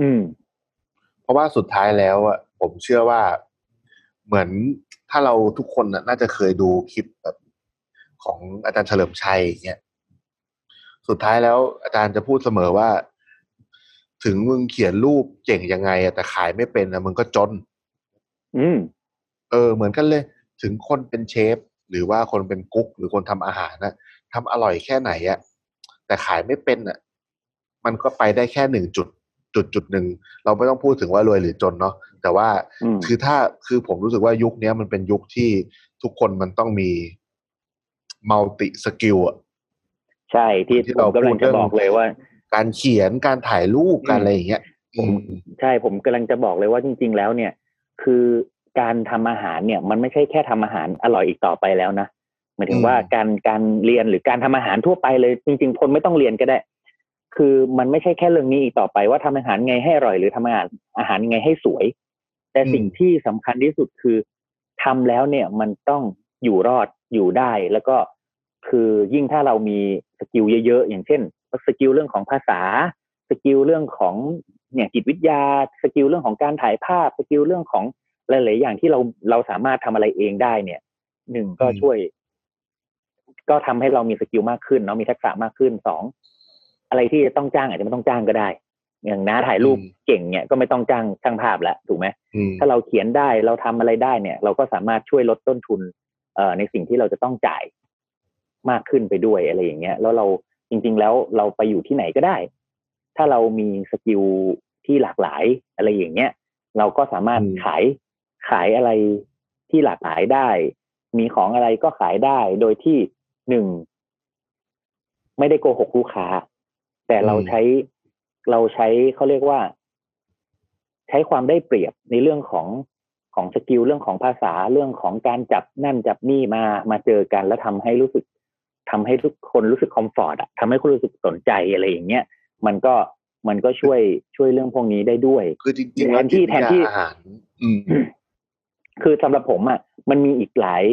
[SPEAKER 3] อืม
[SPEAKER 2] เพราะว่าสุดท้ายแล้วอะผมเชื่อว่าเหมือนถ้าเราทุกคนน่ะน่าจะเคยดูคลิปแบบของอาจารย์เฉลิมชัยอย่างเงี้ยสุดท้ายแล้วอาจารย์จะพูดเสมอว่า ถึงมึงเขียนรูปเจ๋งยังไงอะแต่ขายไม่เป็นอะมึงก็จน
[SPEAKER 3] อืม
[SPEAKER 2] เออเหมือนกันเลย ถึงคนเป็นเชฟ หรือว่าคนเป็นกุ๊ก หรือคนทำอาหารนะทำอร่อยแค่ไหนอะแต่ขายไม่เป็นอะมันก็ไปได้แค่หนึ่งจุดจุดจุดหนึ่งเราไม่ต้องพูดถึงว่ารวยหรือจนเนาะแต่ว่า
[SPEAKER 3] อืม
[SPEAKER 2] คือถ้าคือผมรู้สึกว่ายุคเนี้ยมันเป็นยุคที่ทุกคนมันต้องมีมัลติสกิลอะ
[SPEAKER 3] ใช่ที่
[SPEAKER 2] ที่
[SPEAKER 3] ผ
[SPEAKER 2] เรา
[SPEAKER 3] มกำลั
[SPEAKER 2] พู
[SPEAKER 3] ง
[SPEAKER 2] ดเรื่
[SPEAKER 3] จะ
[SPEAKER 2] อง
[SPEAKER 3] บอกเลยว่า
[SPEAKER 2] การเขียนการถ่ายรูปการอะไรอย่างเงี้ย
[SPEAKER 3] ผม
[SPEAKER 2] อืม
[SPEAKER 3] ใช่ผมกำลังจะบอกเลยว่าจริง ๆ แล้วเนี่ย คือการทำอาหารเนี่ย มันไม่ใช่แค่ทำอาหารอร่อยอีกต่อไปแล้วนะหมายถึงว่าการการเรียนหรือการทำอาหารทั่วไปเลย จริง ๆ คนไม่ต้องเรียนก็ได้ คือมันไม่ใช่แค่เรื่องนี้อีกต่อไปว่าทำอาหารไงให้อร่อยหรือทำอาหารอาหารไงให้สวย แต่สิ่งที่สำคัญที่สุดคือทำแล้วเนี่ยมันต้องอยู่รอดอยู่ได้แล้วก็คือยิ่งถ้าเรามีสกิลเยอะๆอย่างเช่นสกิลเรื่องของภาษา สกิลเรื่องของเนี่ยจิตวิทยาสกิลเรื่องของการถ่ายภาพสกิลเรื่องของหลาย ๆ อย่างที่เราเราสามารถทำอะไรเองได้เนี่ยหนึ่งก็ช่วย ก็ทำให้เรามีสกิลมากขึ้นเนาะมีทักษะมากขึ้นสองอะไรที่จะต้องจ้างอาจจะไม่ต้องจ้างก็ได้ อย่างน้าถ่ายรูปเก่งเนี่ยก็ไม่ต้องจ้างช่างภาพแล้วถูกไหม
[SPEAKER 2] อืม
[SPEAKER 3] ถ้าเราเขียนได้เราทำอะไรได้เนี่ย เราก็สามารถช่วยลดต้นทุนเอ่อในสิ่งที่เราจะต้องจ่ายมากขึ้นไปด้วยอะไรอย่างเงี้ยแล้วเราจริง ๆ แล้วเราไปอยู่ที่ไหนก็ได้ ถ้าเรามีสกิลที่หลากหลายอะไรอย่างเงี้ยเราก็สามารถขายขายอะไรที่หลากหลายได้ มีของอะไรก็ขายได้โดยที่หนึ่ง ไม่ได้โกหกลูกค้า แต่เราใช้เราใช้เขาเรียกว่า ใช้ความได้เปรียบในเรื่องของของสกิลเรื่องของภาษาเรื่องของการจับนั่นจับนี่มามาเจอกัน แล้วทำให้รู้สึกทำให้ทุกคนรู้สึกคอมฟอร์ตอะทำให้คนรู้สึกสนใจอะไรอย่างเงี้ยมันก็มันก็ช่วยช่วยเรื่องพวกนี้ได้ด้วย
[SPEAKER 2] คือจริงๆล้ว
[SPEAKER 3] แทนที่แทนที่
[SPEAKER 2] จิตวิทยาอาหาร อืม
[SPEAKER 3] คือสำหรับผมอะ่ะมันมีอีกหลาย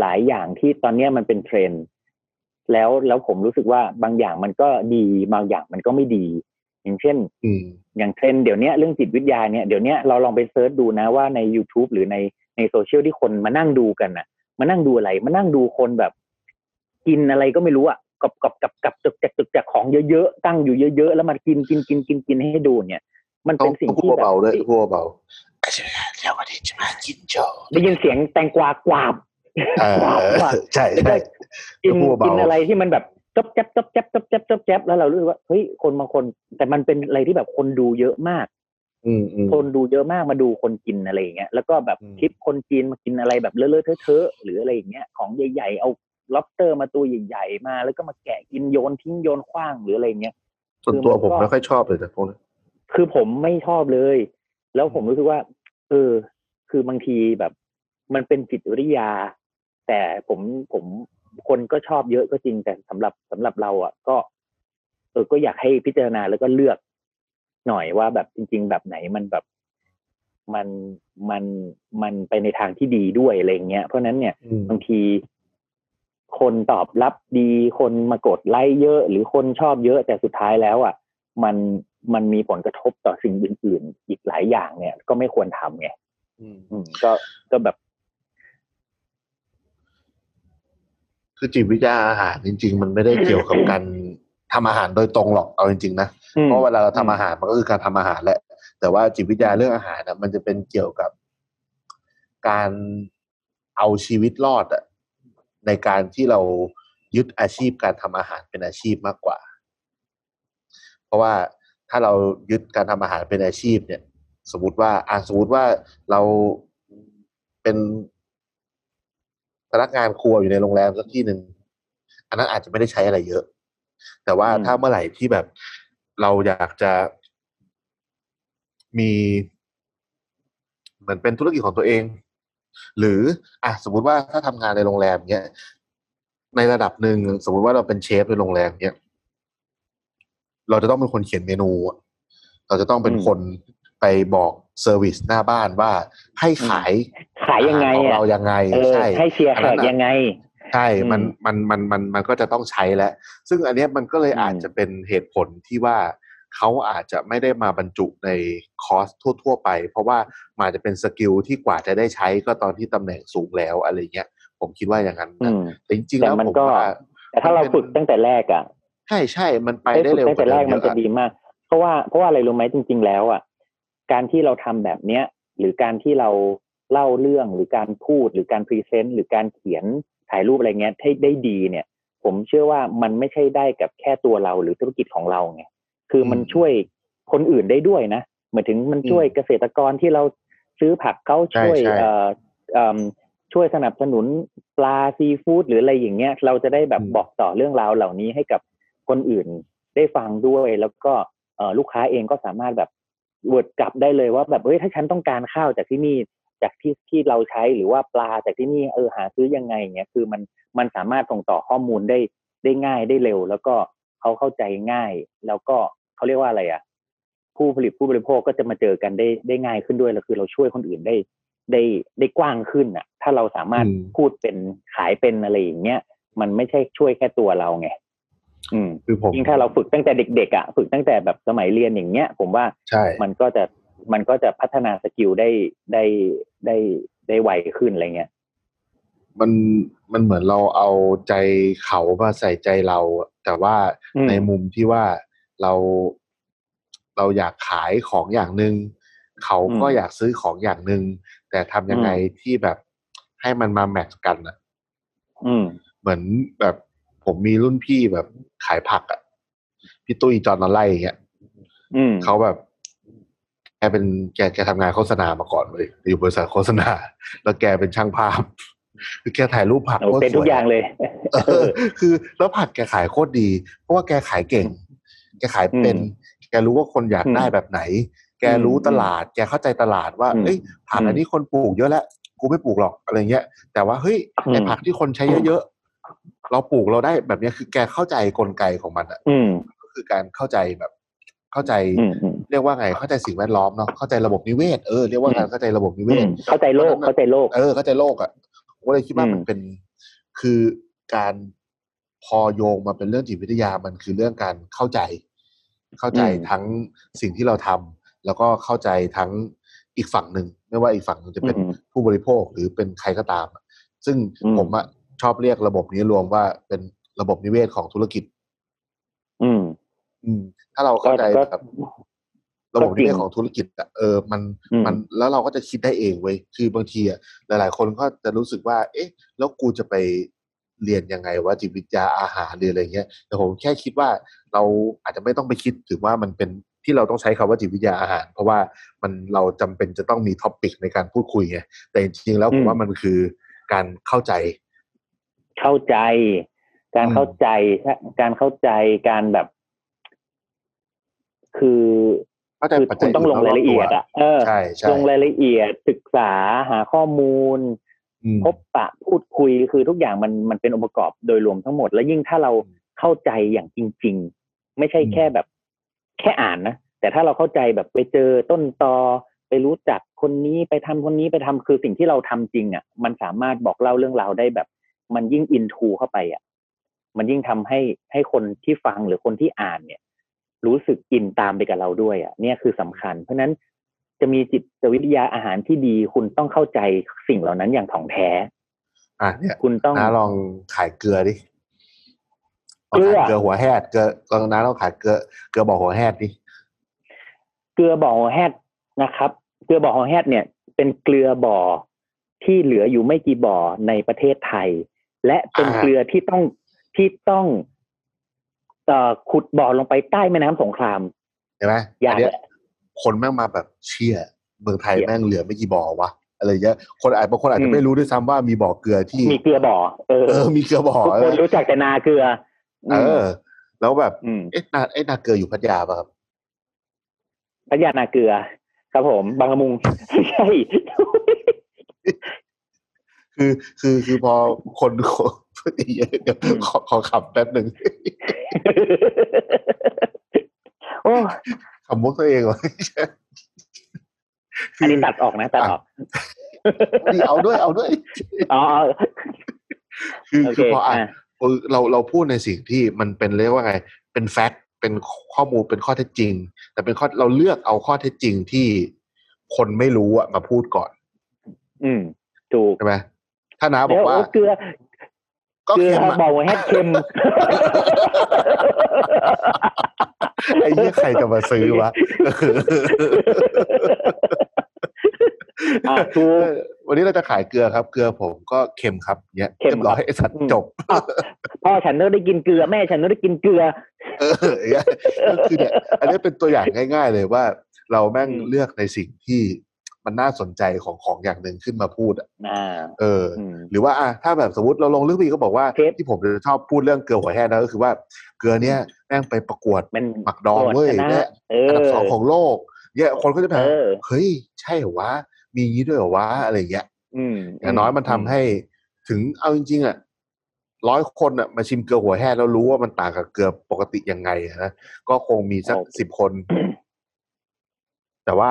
[SPEAKER 3] หลายอย่างที่ตอนเนี้ยมันเป็นเทรนด์แล้วแล้วผมรู้สึกว่าบางอย่างมันก็ดีบางอย่างมันก็ไม่ดี อย่างเช่น
[SPEAKER 2] อืม
[SPEAKER 3] อย่างเทรนด์เดี๋ยวเนี้ยเรื่องจิตวิทยาเนี่ยเดี๋ยวเนี้ยเราลองไปเซิร์ชดูนะว่าใน YouTube หรือในในโซเชียลที่คนมานั่งดูกันน่ะ มานั่งดูอะไร มานั่งดูคนแบบ กินอะไรก็ไม่รู้อ่ะกับกับกับกับจักจักจักจักของเยอะๆตั้งอยู่เยอะๆแล้วมันกินกินกินกินกินให้ดูเนี่ย มัน
[SPEAKER 2] ต้อ
[SPEAKER 3] เป็
[SPEAKER 2] ง
[SPEAKER 3] นสิ่ง
[SPEAKER 2] ต้องพู
[SPEAKER 3] ที่
[SPEAKER 2] ด
[SPEAKER 3] แบบ
[SPEAKER 2] เบาๆด้วยพูดเบาๆเดี๋ยววันนี้จะมากินโจ๊ก
[SPEAKER 3] ได้ยินเสียงแตงกวากวาบ
[SPEAKER 2] เออก
[SPEAKER 3] วาบกวาบ
[SPEAKER 2] ใช่
[SPEAKER 3] แล้วก็
[SPEAKER 2] ใช่
[SPEAKER 3] กิน
[SPEAKER 2] จะพูดเบากิ
[SPEAKER 3] กินอะไรที่มันแบบจับจับจับจับจับจับจับจับแล้วเรารู้สึกว่าเฮ้ยคนบางคน แต่มันเป็นอะไรที่แบบคนดูเยอะมาก
[SPEAKER 2] อืมอืม
[SPEAKER 3] คนดูเยอะมากมาดูคนกินอะไรอย่างเงี้ยแล้วก็แบบ
[SPEAKER 2] อืม
[SPEAKER 3] คลิปคนจีนมากินอะไรแบบเลอะๆเทอะๆหรืออะไรอย่างเงี้ยของใหญ่ ๆ เอาล็อบสเตอร์มาตัวใหญ่ๆมา แล้วก็มาแกะกินโยนทิ้งโยนขว้างหรืออะไรอย่างเงี้ย
[SPEAKER 2] ส่วนตัว
[SPEAKER 3] คือมั
[SPEAKER 2] ผม
[SPEAKER 3] นก็
[SPEAKER 2] ไม่ค่อยชอบเลยแต่พวกนี้
[SPEAKER 3] คือผมไม่ชอบเลย แล้วผมรู้สึกว่า เออ คือบางทีแบบ มันเป็นจิตวิทยา แต่ผมผมคนก็ชอบเยอะก็จริงแต่สำหรับสำหรับเราอ่ะก็ เออก็อยากให้พิจารณาแล้วก็เลือกหน่อยว่าแบบจริง ๆ แบบไหนมันแบบ มันมันมันไปในทางที่ดีด้วยอะไรอย่างเงี้ยเพราะฉะนั้นเนี่ย
[SPEAKER 2] อืม
[SPEAKER 3] บางที คนตอบรับดีคนมากดไลค์เยอะ หรือคนชอบเยอะแต่สุดท้ายแล้วอ่ะ มันมันมีผลกระทบต่อสิ่งอื่นๆ อีกหลายอย่างเนี่ย ก็ไม่ควรทำไงอืมก็ก็แบบ
[SPEAKER 2] คือจิตวิทยาอาหารจริง ๆ มันไม่ได้เกี่ยวกับการทำอาหารโดยตรงหรอกเอาจริงๆนะเพราะเวลาเราทำอาหารมันก็คือการทำอาหารแหละ แต่ว่าจิตวิทยาเรื่องอาหารน่ะมันจะเป็นเกี่ยวกับการเอาชีวิตรอดอะในการที่เรายึดอาชีพการทำอาหารเป็นอาชีพมากกว่า เพราะว่าถ้าเรายึดการทำอาหารเป็นอาชีพเนี่ย สมมติว่าอ่ะสมมติว่าเราเป็นพนักงานครัวอยู่ในโรงแรมสักที่หนึ่งอันนั้นอาจจะไม่ได้ใช้อะไรเยอะ แต่ว่า
[SPEAKER 3] อืม
[SPEAKER 2] ถ้าเมื่อไหร่ที่แบบเราอยากจะมี เหมือนเป็นธุรกิจของตัวเอง หรืออ่ะสมมุติว่าถ้าทำงานในโรงแรมเนี้ยในระดับหนึ่งสมมุติว่าเราเป็นเชฟในโรงแรมเนี้ยเราจะต้องเป็นคนเขียนเมนูอะเราจะต้องเป็นคนไปบอกเซอร์วิสหน้าบ้านว่าให้ขาย
[SPEAKER 3] ขายยังไง
[SPEAKER 2] อาหารของ
[SPEAKER 3] อ่ะ
[SPEAKER 2] เรายังไง
[SPEAKER 3] เออ
[SPEAKER 2] ใช่
[SPEAKER 3] ให้เชียร์
[SPEAKER 2] อัน
[SPEAKER 3] แข
[SPEAKER 2] นั้น
[SPEAKER 3] ก
[SPEAKER 2] อะ
[SPEAKER 3] ยังไง
[SPEAKER 2] ใช่
[SPEAKER 3] อืม
[SPEAKER 2] มันมันมันมันมันก็จะต้องใช้แล้ว ซึ่งอันเนี้ยมันก็เลย
[SPEAKER 3] อืม
[SPEAKER 2] อาจจะเป็นเหตุผลที่ว่าเขาอาจจะไม่ได้มาบรรจุในคอร์สทั่ว ๆ ไป เพราะว่ามันอาจจะเป็นสกิลที่กว่าจะได้ใช้ก็ตอนที่ตำแหน่งสูงแล้วอะไรเงี้ย ผมคิดว่าอย่างนั้น
[SPEAKER 3] อื
[SPEAKER 2] นะ
[SPEAKER 3] ม
[SPEAKER 2] แต่จริงๆ
[SPEAKER 3] แต่
[SPEAKER 2] แล้ว
[SPEAKER 3] มัน
[SPEAKER 2] ผม
[SPEAKER 3] ก็
[SPEAKER 2] ว่า
[SPEAKER 3] แต่ถ้า
[SPEAKER 2] มัน
[SPEAKER 3] เรา
[SPEAKER 2] เป็น
[SPEAKER 3] ฝึกตั้งแต่แรกอ่ะ
[SPEAKER 2] ใช่ใช่มันไป
[SPEAKER 3] ได้
[SPEAKER 2] ได้
[SPEAKER 3] ฝึก
[SPEAKER 2] เร็วกว่าเดิมเย
[SPEAKER 3] ตั้งแต่แรกมัน
[SPEAKER 2] อะ
[SPEAKER 3] จะ
[SPEAKER 2] อะ
[SPEAKER 3] ดีมาก เพราะว่าเพราะว่าอะไรรู้ไหมจริง ๆ แล้วอ่ะการที่เราทำแบบเนี้ย หรือการที่เราเล่าเรื่องหรือการพูดหรือการพรีเซนต์หรือการเขียนถ่ายรูปอะไรเงี้ยให้ได้ดีเนี่ย ผมเชื่อว่ามันไม่ใช่ได้กับแค่ตัวเราหรือธุรกิจของเราไงคือมันช่วยคนอื่นได้ด้วยนะหมายถึงมันช่วยเกษตรกรที่เราซื้อผักเขาช่วยเอ่อเอิ่มช่วยสนับสนุนปลาซีฟู้ดหรืออะไรอย่างเงี้ย เราจะได้แบบบอกต่อเรื่องราวเหล่านี้ให้กับคนอื่น ได้ฟังด้วยแล้วก็เอ่อลูกค้าเองก็สามารถแบบเวิร์ดกลับได้เลยว่าแบบเอ้ยถ้าฉันต้องการข้าวจากที่นี่จากที่ที่เราใช้หรือว่าปลาจากที่นี่เออหาซื้อยังไงเงี้ยคือมันมันสามารถส่งต่อข้อมูลได้ได้ง่ายได้เร็ว แล้วก็เขาเข้าใจง่าย แล้วก็เขาเรียกว่าอะไรอ่ะ ผู้ผลิตผู้บริโภคก็จะมาเจอกันได้ได้ง่ายขึ้นด้วยแล้วคือเราช่วยคนอื่นได้ได้ได้กว้างขึ้นอ่ะ ถ้าเราสามารถพูดเป็นขายเป็นอะไรอย่างเงี้ยมันไม่ใช่ช่วยแค่ตัวเราไงอืม
[SPEAKER 2] คือผม
[SPEAKER 3] ยิ่งถ้าเราฝึกตั้งแต่เด็กๆอ่ะฝึกตั้งแต่แบบสมัยเรียนอย่างเงี้ย ผมว่า
[SPEAKER 2] ใช่
[SPEAKER 3] มันก็จะมันก็จะพัฒนาสกิลได้ได้ได้ได้ไวขึ้นอะไรเงี้ย
[SPEAKER 2] มันมันเหมือนเราเอาใจเขามาใส่ใจเราอะแต่ว่า ในมุมที่ว่าเราเราอยากขายของอย่างหนึ่งเขาก็
[SPEAKER 3] อืม
[SPEAKER 2] อยากซื้อของอย่างหนึ่งแต่ทำยังไงที่แบบให้มันมาแมทช์กันอะ
[SPEAKER 3] อืม
[SPEAKER 2] เหมือนแบบผมมีรุ่นพี่แบบขายผักอะพี่ตุ้ยจอนนอไล่อย่างเงี้ย
[SPEAKER 3] อืม
[SPEAKER 2] เขาแบบแกเป็นแกแกทำงานโฆษณามาก่อนเลยอยู่บริษัทโฆษณา แล้วแกเป็นช่างภาพคือแกถ่ายรูปผัก
[SPEAKER 3] โอ้
[SPEAKER 2] โคตร
[SPEAKER 3] เป็น
[SPEAKER 2] ส
[SPEAKER 3] ทุ
[SPEAKER 2] ว
[SPEAKER 3] ก
[SPEAKER 2] ย
[SPEAKER 3] อย่างเลย
[SPEAKER 2] เออคือแล้วผัดแกขายโคตรดี เพราะว่าแกขายเก่ง แกขายเป็น
[SPEAKER 3] อื
[SPEAKER 2] แกรู้ว่าคนอยาก
[SPEAKER 3] อืม
[SPEAKER 2] ได้แบบไหน แกรู้ตลาด แกเข้าใจตลาดว่า
[SPEAKER 3] อืม
[SPEAKER 2] เอ้ยผัก
[SPEAKER 3] อืม
[SPEAKER 2] อันนี้คนปลูกเยอะแล้วกูไม่ปลูกหรอกอะไรเงี้ย แต่ว่าเฮ้ย
[SPEAKER 3] อืม
[SPEAKER 2] ไอผักที่คนใช้เยอะๆเราปลูกเราได้แบบเนี้ยคือแกเข้าใจกลไกของมันอ่ะ
[SPEAKER 3] อืม
[SPEAKER 2] ก็คือการเข้าใจแบบ เข้าใจ
[SPEAKER 3] อืมอืม
[SPEAKER 2] เรียกว่าไงเข้าใจสิ่งแวดล้อมเนาะเข้าใจระบบนิเวศเออเรียกว่าการเข้าใจระบบนิเว
[SPEAKER 3] อื
[SPEAKER 2] ศ
[SPEAKER 3] มเข้าใจโลกเข้าใจโลก
[SPEAKER 2] เออเข้าใจโลกอะ่ะผมก็เลยคิดว่า
[SPEAKER 3] อืม
[SPEAKER 2] มันเป็นคือการพอโยงมาเป็นเรื่องจิตวิทยามันคือเรื่องการเข้าใจ เข้าใจทั้งสิ่งที่เราทำแล้วก็เข้าใจทั้งอีกฝั่งหนึ่งไม่ว่าอีกฝั่งหนึ่งจะเป็น
[SPEAKER 3] อืม
[SPEAKER 2] ผู้บริโภคหรือเป็นใครก็ตามอะซึ่ง
[SPEAKER 3] อืม
[SPEAKER 2] ผมอะชอบเรียกระบบนี้รวมว่าเป็นระบบนิเวศของธุรกิจ
[SPEAKER 3] อืม
[SPEAKER 2] อืม ถ้าเราเข้าใจแบบ ระบบนิเวศของธุรกิจอะเออมัน
[SPEAKER 3] อืม
[SPEAKER 2] มันแล้วเราก็จะคิดได้เองเว้ยคือบางทีอะหลาย ๆ คนก็จะรู้สึกว่า เอ๊ะ แล้วกูจะไปเรียนยังไงว่าจิตวิทยาอาหารหรืออะไรเงี้ยแต่ผมแค่คิดว่าเราอาจจะไม่ต้องไปคิดถึงว่ามันเป็นที่เราต้องใช้คำว่าจิตวิทยาอาหาร เพราะว่ามันเราจำเป็นจะต้องมีท็อปิกในการพูดคุยไงแต่จริง ๆ แล้วผมว่ามันคือการเข้าใจ
[SPEAKER 3] เข้าใจ การ
[SPEAKER 2] อืม
[SPEAKER 3] เข้าใจการเข้าใจการแบบ คือ
[SPEAKER 2] เข้าใจ
[SPEAKER 3] คือ
[SPEAKER 2] ปัจ
[SPEAKER 3] คุ
[SPEAKER 2] จั
[SPEAKER 3] ณ
[SPEAKER 2] ย
[SPEAKER 3] ต้องลงรายละเอียดอ่ะเออ
[SPEAKER 2] ใช่ใช่
[SPEAKER 3] ลงรายละเอียดศึกษาหาข้อมูล
[SPEAKER 2] อืม
[SPEAKER 3] พบปะพูดคุยคือทุกอย่างมันมันเป็นองค์ประกอบโดยรวมทั้งหมด แล้วยิ่งถ้าเราเข้าใจอย่างจริง ๆ ไม่ใช่แค่แบบ แค่อ่านนะแต่ถ้าเราเข้าใจแบบไปเจอต้นตอ ไปรู้จักคนนี้ไปทำคนนี้ไปทำคือสิ่งที่เราทำจริง อ่ะ มันสามารถบอกเล่าเรื่องราวได้แบบ มันยิ่งอินทูเข้าไปอ่ะมันยิ่งทำให้ให้คนที่ฟังหรือคนที่อ่านเนี่ย รู้สึกอินตามไปกับเราด้วยอ่ะเนี่ยคือสำคัญ เพราะฉะนั้นจะมีจิตวิทยาอาหารที่ดีคุณต้องเข้าใจสิ่งเหล่านั้นอย่างถ่องแท้
[SPEAKER 2] อ่ะเนี่ย
[SPEAKER 3] คุณต้อง
[SPEAKER 2] น้าลองขายเกลือดิ
[SPEAKER 3] เกลือ
[SPEAKER 2] ขายเกลือหัวแหดเกลือลองน้าลองขายเกลือเกลือบอกหัวแหดดิ
[SPEAKER 3] เกลือบ่อแฮดนะครับ เกลือบ่อแฮดเนี่ย เป็นเกลือบ่อที่เหลืออยู่ไม่กี่บ่อในประเทศไทย และเป็น
[SPEAKER 2] อ่า
[SPEAKER 3] เกลือที่ต้องที่ต้องเอ่อขุดบ่อลงไปใต้แม่น้ำสงคราม
[SPEAKER 2] เห็นไหม
[SPEAKER 3] อยาก
[SPEAKER 2] อันเนี้ย
[SPEAKER 3] แหละ
[SPEAKER 2] คนแม่งมาแบบเชี่ยเมืองไทย
[SPEAKER 3] เชี่ย
[SPEAKER 2] แม่งเหลือไม่กี่บ่อวะอะไรเงี้ยคนอาจบางคนอาจ
[SPEAKER 3] อื
[SPEAKER 2] จะ
[SPEAKER 3] ม
[SPEAKER 2] ไม่รู้ด้วยซ้ำว่ามีบ่อเกลือที่
[SPEAKER 3] มีเกลือบ่อเออ
[SPEAKER 2] เออมีเกลือบ่อ
[SPEAKER 3] ทุกคนรู้จักแต่นาเกลือ
[SPEAKER 2] เอ
[SPEAKER 3] ม
[SPEAKER 2] อ แล้วแบบ
[SPEAKER 3] อืม
[SPEAKER 2] เอ๊ะนาเอ๊ะนาเกลืออยู่พัทยาป่ะครับ
[SPEAKER 3] พัทยานาเกลือ ครับผมบางละมุง ไม่ใช่
[SPEAKER 2] คือคือคือพอคนเดี๋ยวขอขอขับแป๊บหนึ่ง <laughs>
[SPEAKER 3] โอ้
[SPEAKER 2] ขับมุกตัวเองเหรอ
[SPEAKER 3] อันนี้ตัดออกนะตัดออก
[SPEAKER 2] ดีเอาด้วยเอาด้วย
[SPEAKER 3] อ๋อ
[SPEAKER 2] คือ
[SPEAKER 3] โอเค
[SPEAKER 2] คือพออ่ะ
[SPEAKER 3] อ่ะ
[SPEAKER 2] เออเราเราพูดในสิ่งที่มันเป็นเรียกว่าไง เป็นแฟกต์เป็นข้อมูลเป็นข้อเท็จจริง แต่เป็นข้อเราเลือกเอาข้อเท็จจริงที่คนไม่รู้อะมาพูดก่อน
[SPEAKER 3] อืมถูก
[SPEAKER 2] ใช่ไหมถ้าน้าบ
[SPEAKER 3] แล้
[SPEAKER 2] อก
[SPEAKER 3] ว
[SPEAKER 2] ว่า
[SPEAKER 3] โอ้เกลือ
[SPEAKER 2] ก็
[SPEAKER 3] เกลือ
[SPEAKER 2] เค็มอะ
[SPEAKER 3] เบาแฮกเค็ม
[SPEAKER 2] ไอ้เหี้ยใครจะมาซื้อวะ
[SPEAKER 3] อ่ะถูก
[SPEAKER 2] วันนี้เราจะขายเกลือครับ เกลือผมก็เค็มครับเนี่ย
[SPEAKER 3] เค็
[SPEAKER 2] เรี
[SPEAKER 3] ม
[SPEAKER 2] ยบร้อยไอ้สัตว์
[SPEAKER 3] อืม
[SPEAKER 2] จบ
[SPEAKER 3] พ่อฉันเนอได้กินเกลือแม่ฉันเนอได้กินเกลือ
[SPEAKER 2] เอออย่างเงี้ยก็คือเนี่ยอันนี้เป็นตัวอย่างง่าย ๆ เลยว่า เราแม่ง
[SPEAKER 3] อืม
[SPEAKER 2] เลือกในสิ่งที่มันน่าสนใจของของอย่างหนึ่งขึ้นมาพูดอะ
[SPEAKER 3] อ่า
[SPEAKER 2] เอออ
[SPEAKER 3] อืม
[SPEAKER 2] หรือว่าอ่ะถ้าแบบสมมติเราลงลึกไปอีกก็บอกว่า
[SPEAKER 3] ครับ
[SPEAKER 2] ที่ผมจะชอบพูดเรื่องเกลือหัวแห้งนะก็คือว่าเกลือเนี้ยแม่งไปประกวด
[SPEAKER 3] มัน
[SPEAKER 2] หมักดองเว้ย
[SPEAKER 3] ชนะ
[SPEAKER 2] เนี่ย
[SPEAKER 3] เอ
[SPEAKER 2] อัน
[SPEAKER 3] อ
[SPEAKER 2] ดับสองของโลกเนี่ยคนก็จะแบ
[SPEAKER 3] เอบ อ
[SPEAKER 2] เฮ้ยใช่เหรอวะมีอย่างงี้ด้วยเหรอวะอะไรอย่างเงี้ย
[SPEAKER 3] อืม
[SPEAKER 2] อย่างน้อยมันทำให้ถึงเอาจริงๆอ่ะร้อยคนอ่ะมาชิมเกลือหัวแห้งแล้วรู้ว่ามันต่างกับเกลือปกติยังไงอะนะก็คงมีสักสิบคน แต่ว่า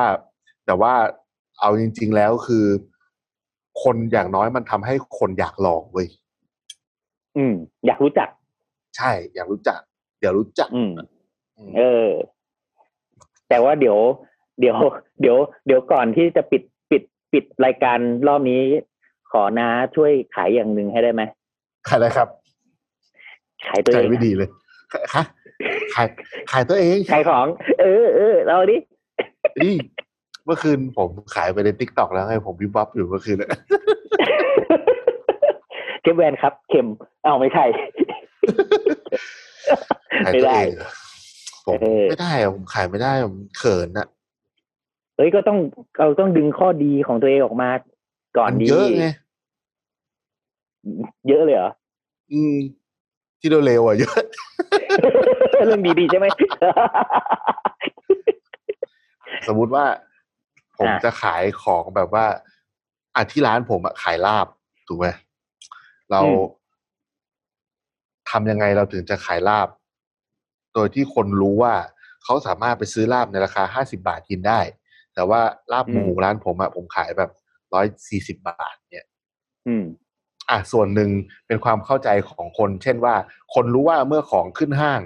[SPEAKER 2] แต่ว่าเอาจริง ๆแล้วคือ คนอย่างน้อยมันทำให้คนอยากลองเว้ย
[SPEAKER 3] อืม อยากรู้จัก
[SPEAKER 2] ใช่ อยากรู้จักเดี๋ยวรู้จัก
[SPEAKER 3] อืม
[SPEAKER 2] อืม
[SPEAKER 3] เออ แต่ว่าเดี๋ยว เดี๋ยว เดี๋ยว เดี๋ยวก่อนที่จะปิดปิดปิดรายการรอบนี้ ขอน้าช่วยขายอย่างหนึ่งให้ได้ไหม
[SPEAKER 2] ใครนะครับ
[SPEAKER 3] ขายตัว
[SPEAKER 2] ใจ
[SPEAKER 3] เอง
[SPEAKER 2] ไม่ดีเลยฮะขายขายตัวเอง
[SPEAKER 3] ขายของ เออเออเราดิ
[SPEAKER 2] นี่เมื่อคืนผมขายไปในทิกตอกแล้วไงผมวิบวับอยู่เมื่อคืนอะ
[SPEAKER 3] เก็บแวนครับเข็มเอ้าไม่ใช่
[SPEAKER 2] ขาย
[SPEAKER 3] ไม่
[SPEAKER 2] ตัว
[SPEAKER 3] ได้
[SPEAKER 2] เองเหรอผม
[SPEAKER 3] เออ
[SPEAKER 2] ไม่ได้อะผมขายไม่ได้ผมเขินอะ
[SPEAKER 3] เฮ้ยก็ต้องเราต้องดึงข้อดีของตัวเองออกมา ก่อน
[SPEAKER 2] มัน
[SPEAKER 3] ดี
[SPEAKER 2] เยอะไง
[SPEAKER 3] เยอะเลยเหรอ
[SPEAKER 2] อืม ที่เร็วๆอ่ะเย <laughs> อะ
[SPEAKER 3] เรื่องดีๆใช่ไหม
[SPEAKER 2] สมมุติว่า ผม
[SPEAKER 3] อ่ะ
[SPEAKER 2] จะขายของแบบว่าอ่ะที่ร้านผมอะขายลาบถูกไหมเราทำยังไงเราถึงจะขายลาบ โดยที่คนรู้ว่า เขาสามารถไปซื้อลาบในราคาห้าสิบาทกินได้ แต่ว่าลาบหมูร้านผมอะผมขายแบบร้อยสี่สิบาท เนี่ย
[SPEAKER 3] อืม
[SPEAKER 2] อ่ะส่วนหนึ่งเป็นความเข้าใจของคน เช่นว่า คนรู้ว่าเมื่อของขึ้นห้าง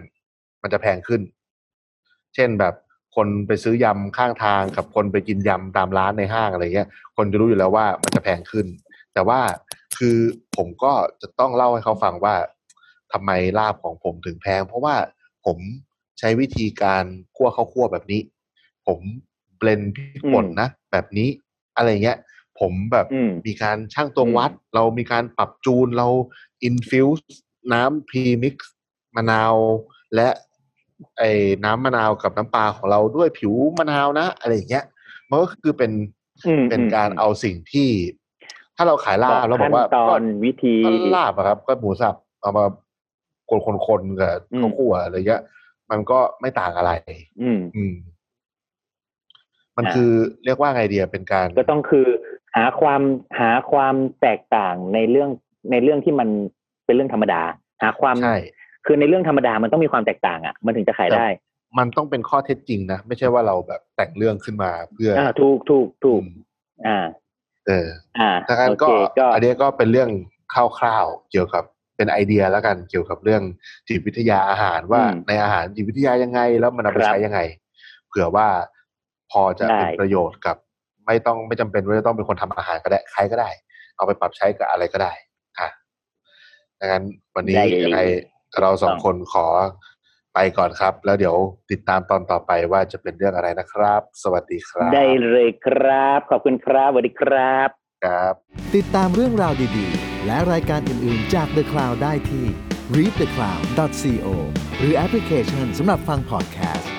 [SPEAKER 2] มันจะแพงขึ้น เช่นแบบคนไปซื้อยำข้างทางกับคนไปกินยำตามร้านในห้างอะไรเงี้ย คนจะรู้อยู่แล้วว่ามันจะแพงขึ้น แต่ว่าคือผมก็จะต้องเล่าให้เขาฟังว่าทำไมลาบของผมถึงแพง เพราะว่าผมใช้วิธีการคั่วข้าวคั่วแบบนี้ ผมเบลนด์พริกป่น
[SPEAKER 3] อืม
[SPEAKER 2] นะแบบนี้อะไรเงี้ย ผมแบบ
[SPEAKER 3] อืม
[SPEAKER 2] มีการช่างตวงวัด เรามีการปรับจูนเราอินฟิวส์น้ำพรีมิกซ์มะนาว และไอ้น้ำมะนาวกับน้ำปลาของเราด้วยผิวมะนาวนะ อะไรอย่างเงี้ยมันก็คือเป็น
[SPEAKER 3] อืม
[SPEAKER 2] เป็นการเอาสิ่งที่ ถ้าเราขายลาบเราบอกว่า
[SPEAKER 3] ขั้นตอนวิธี
[SPEAKER 2] ก็ลาบอะครับ ก็หมูสับเอามาคนคนคนๆกับ
[SPEAKER 3] อืม
[SPEAKER 2] ข้าวคั่วอะไรเงี้ยมันก็ไม่ต่างอะไร
[SPEAKER 3] อืม
[SPEAKER 2] อืม มัน
[SPEAKER 3] อ่า
[SPEAKER 2] คือเรียกว่าไงเดียเป็นการ
[SPEAKER 3] ก็ต้องคือ หาความหาความแตกต่างในเรื่องในเรื่องที่มันเป็นเรื่องธรรมดา หาความ
[SPEAKER 2] ใช่
[SPEAKER 3] คือในเรื่องธรรมดามันต้องมีความแตกต่างอ่ะ มันถึงจะขายได้
[SPEAKER 2] มันต้องเป็นข้อเท็จจริงนะ ไม่ใช่ว่าเราแบบแต่งเรื่องขึ้นมาเพื่ออ
[SPEAKER 3] อ่าถูกถูกถูก
[SPEAKER 2] อืม
[SPEAKER 3] อ่า
[SPEAKER 2] เออ
[SPEAKER 3] อ่า
[SPEAKER 2] ถ้างั้น
[SPEAKER 3] โอ
[SPEAKER 2] ก็
[SPEAKER 3] เคก็
[SPEAKER 2] อันนี้ก็เป็นเรื่องคร่าวๆเกี่ยวกับเป็นไอเดียแล้วกันเกี่ยวกับเรื่องจิตวิทยาอาหารว่า
[SPEAKER 3] อืม
[SPEAKER 2] ในอาหารจิตวิทยายังไง แล้วมันเอาไป
[SPEAKER 3] ครับ
[SPEAKER 2] ใช้ยังไง เผื่อว่าพอจะเป็น
[SPEAKER 3] ได้
[SPEAKER 2] ประโยชน์กับ ไม่ต้องไม่จำเป็นว่าจะต้องเป็นคนทำอาหารก็ได้ใครก็ได้ เอาไปปรับใช้กับอะไรก็ได้ค่ะดังนั้นวันนี้
[SPEAKER 3] ได้เลย
[SPEAKER 2] ยังไงเราสอง
[SPEAKER 3] ต้อง
[SPEAKER 2] คนขอไปก่อนครับ แล้วเดี๋ยวติดตามตอนต่อไปว่าจะเป็นเรื่องอะไรนะครับ สวัสดีครับ
[SPEAKER 3] ได้เลยครับ ขอบคุณครับสวัสดีครับ
[SPEAKER 2] ครับ
[SPEAKER 1] ติดตามเรื่องราวดีๆ และรายการอื่นๆจาก The Cloud ได้ที่ readthecloud.co หรือแอปพลิเคชันสำหรับฟัง podcast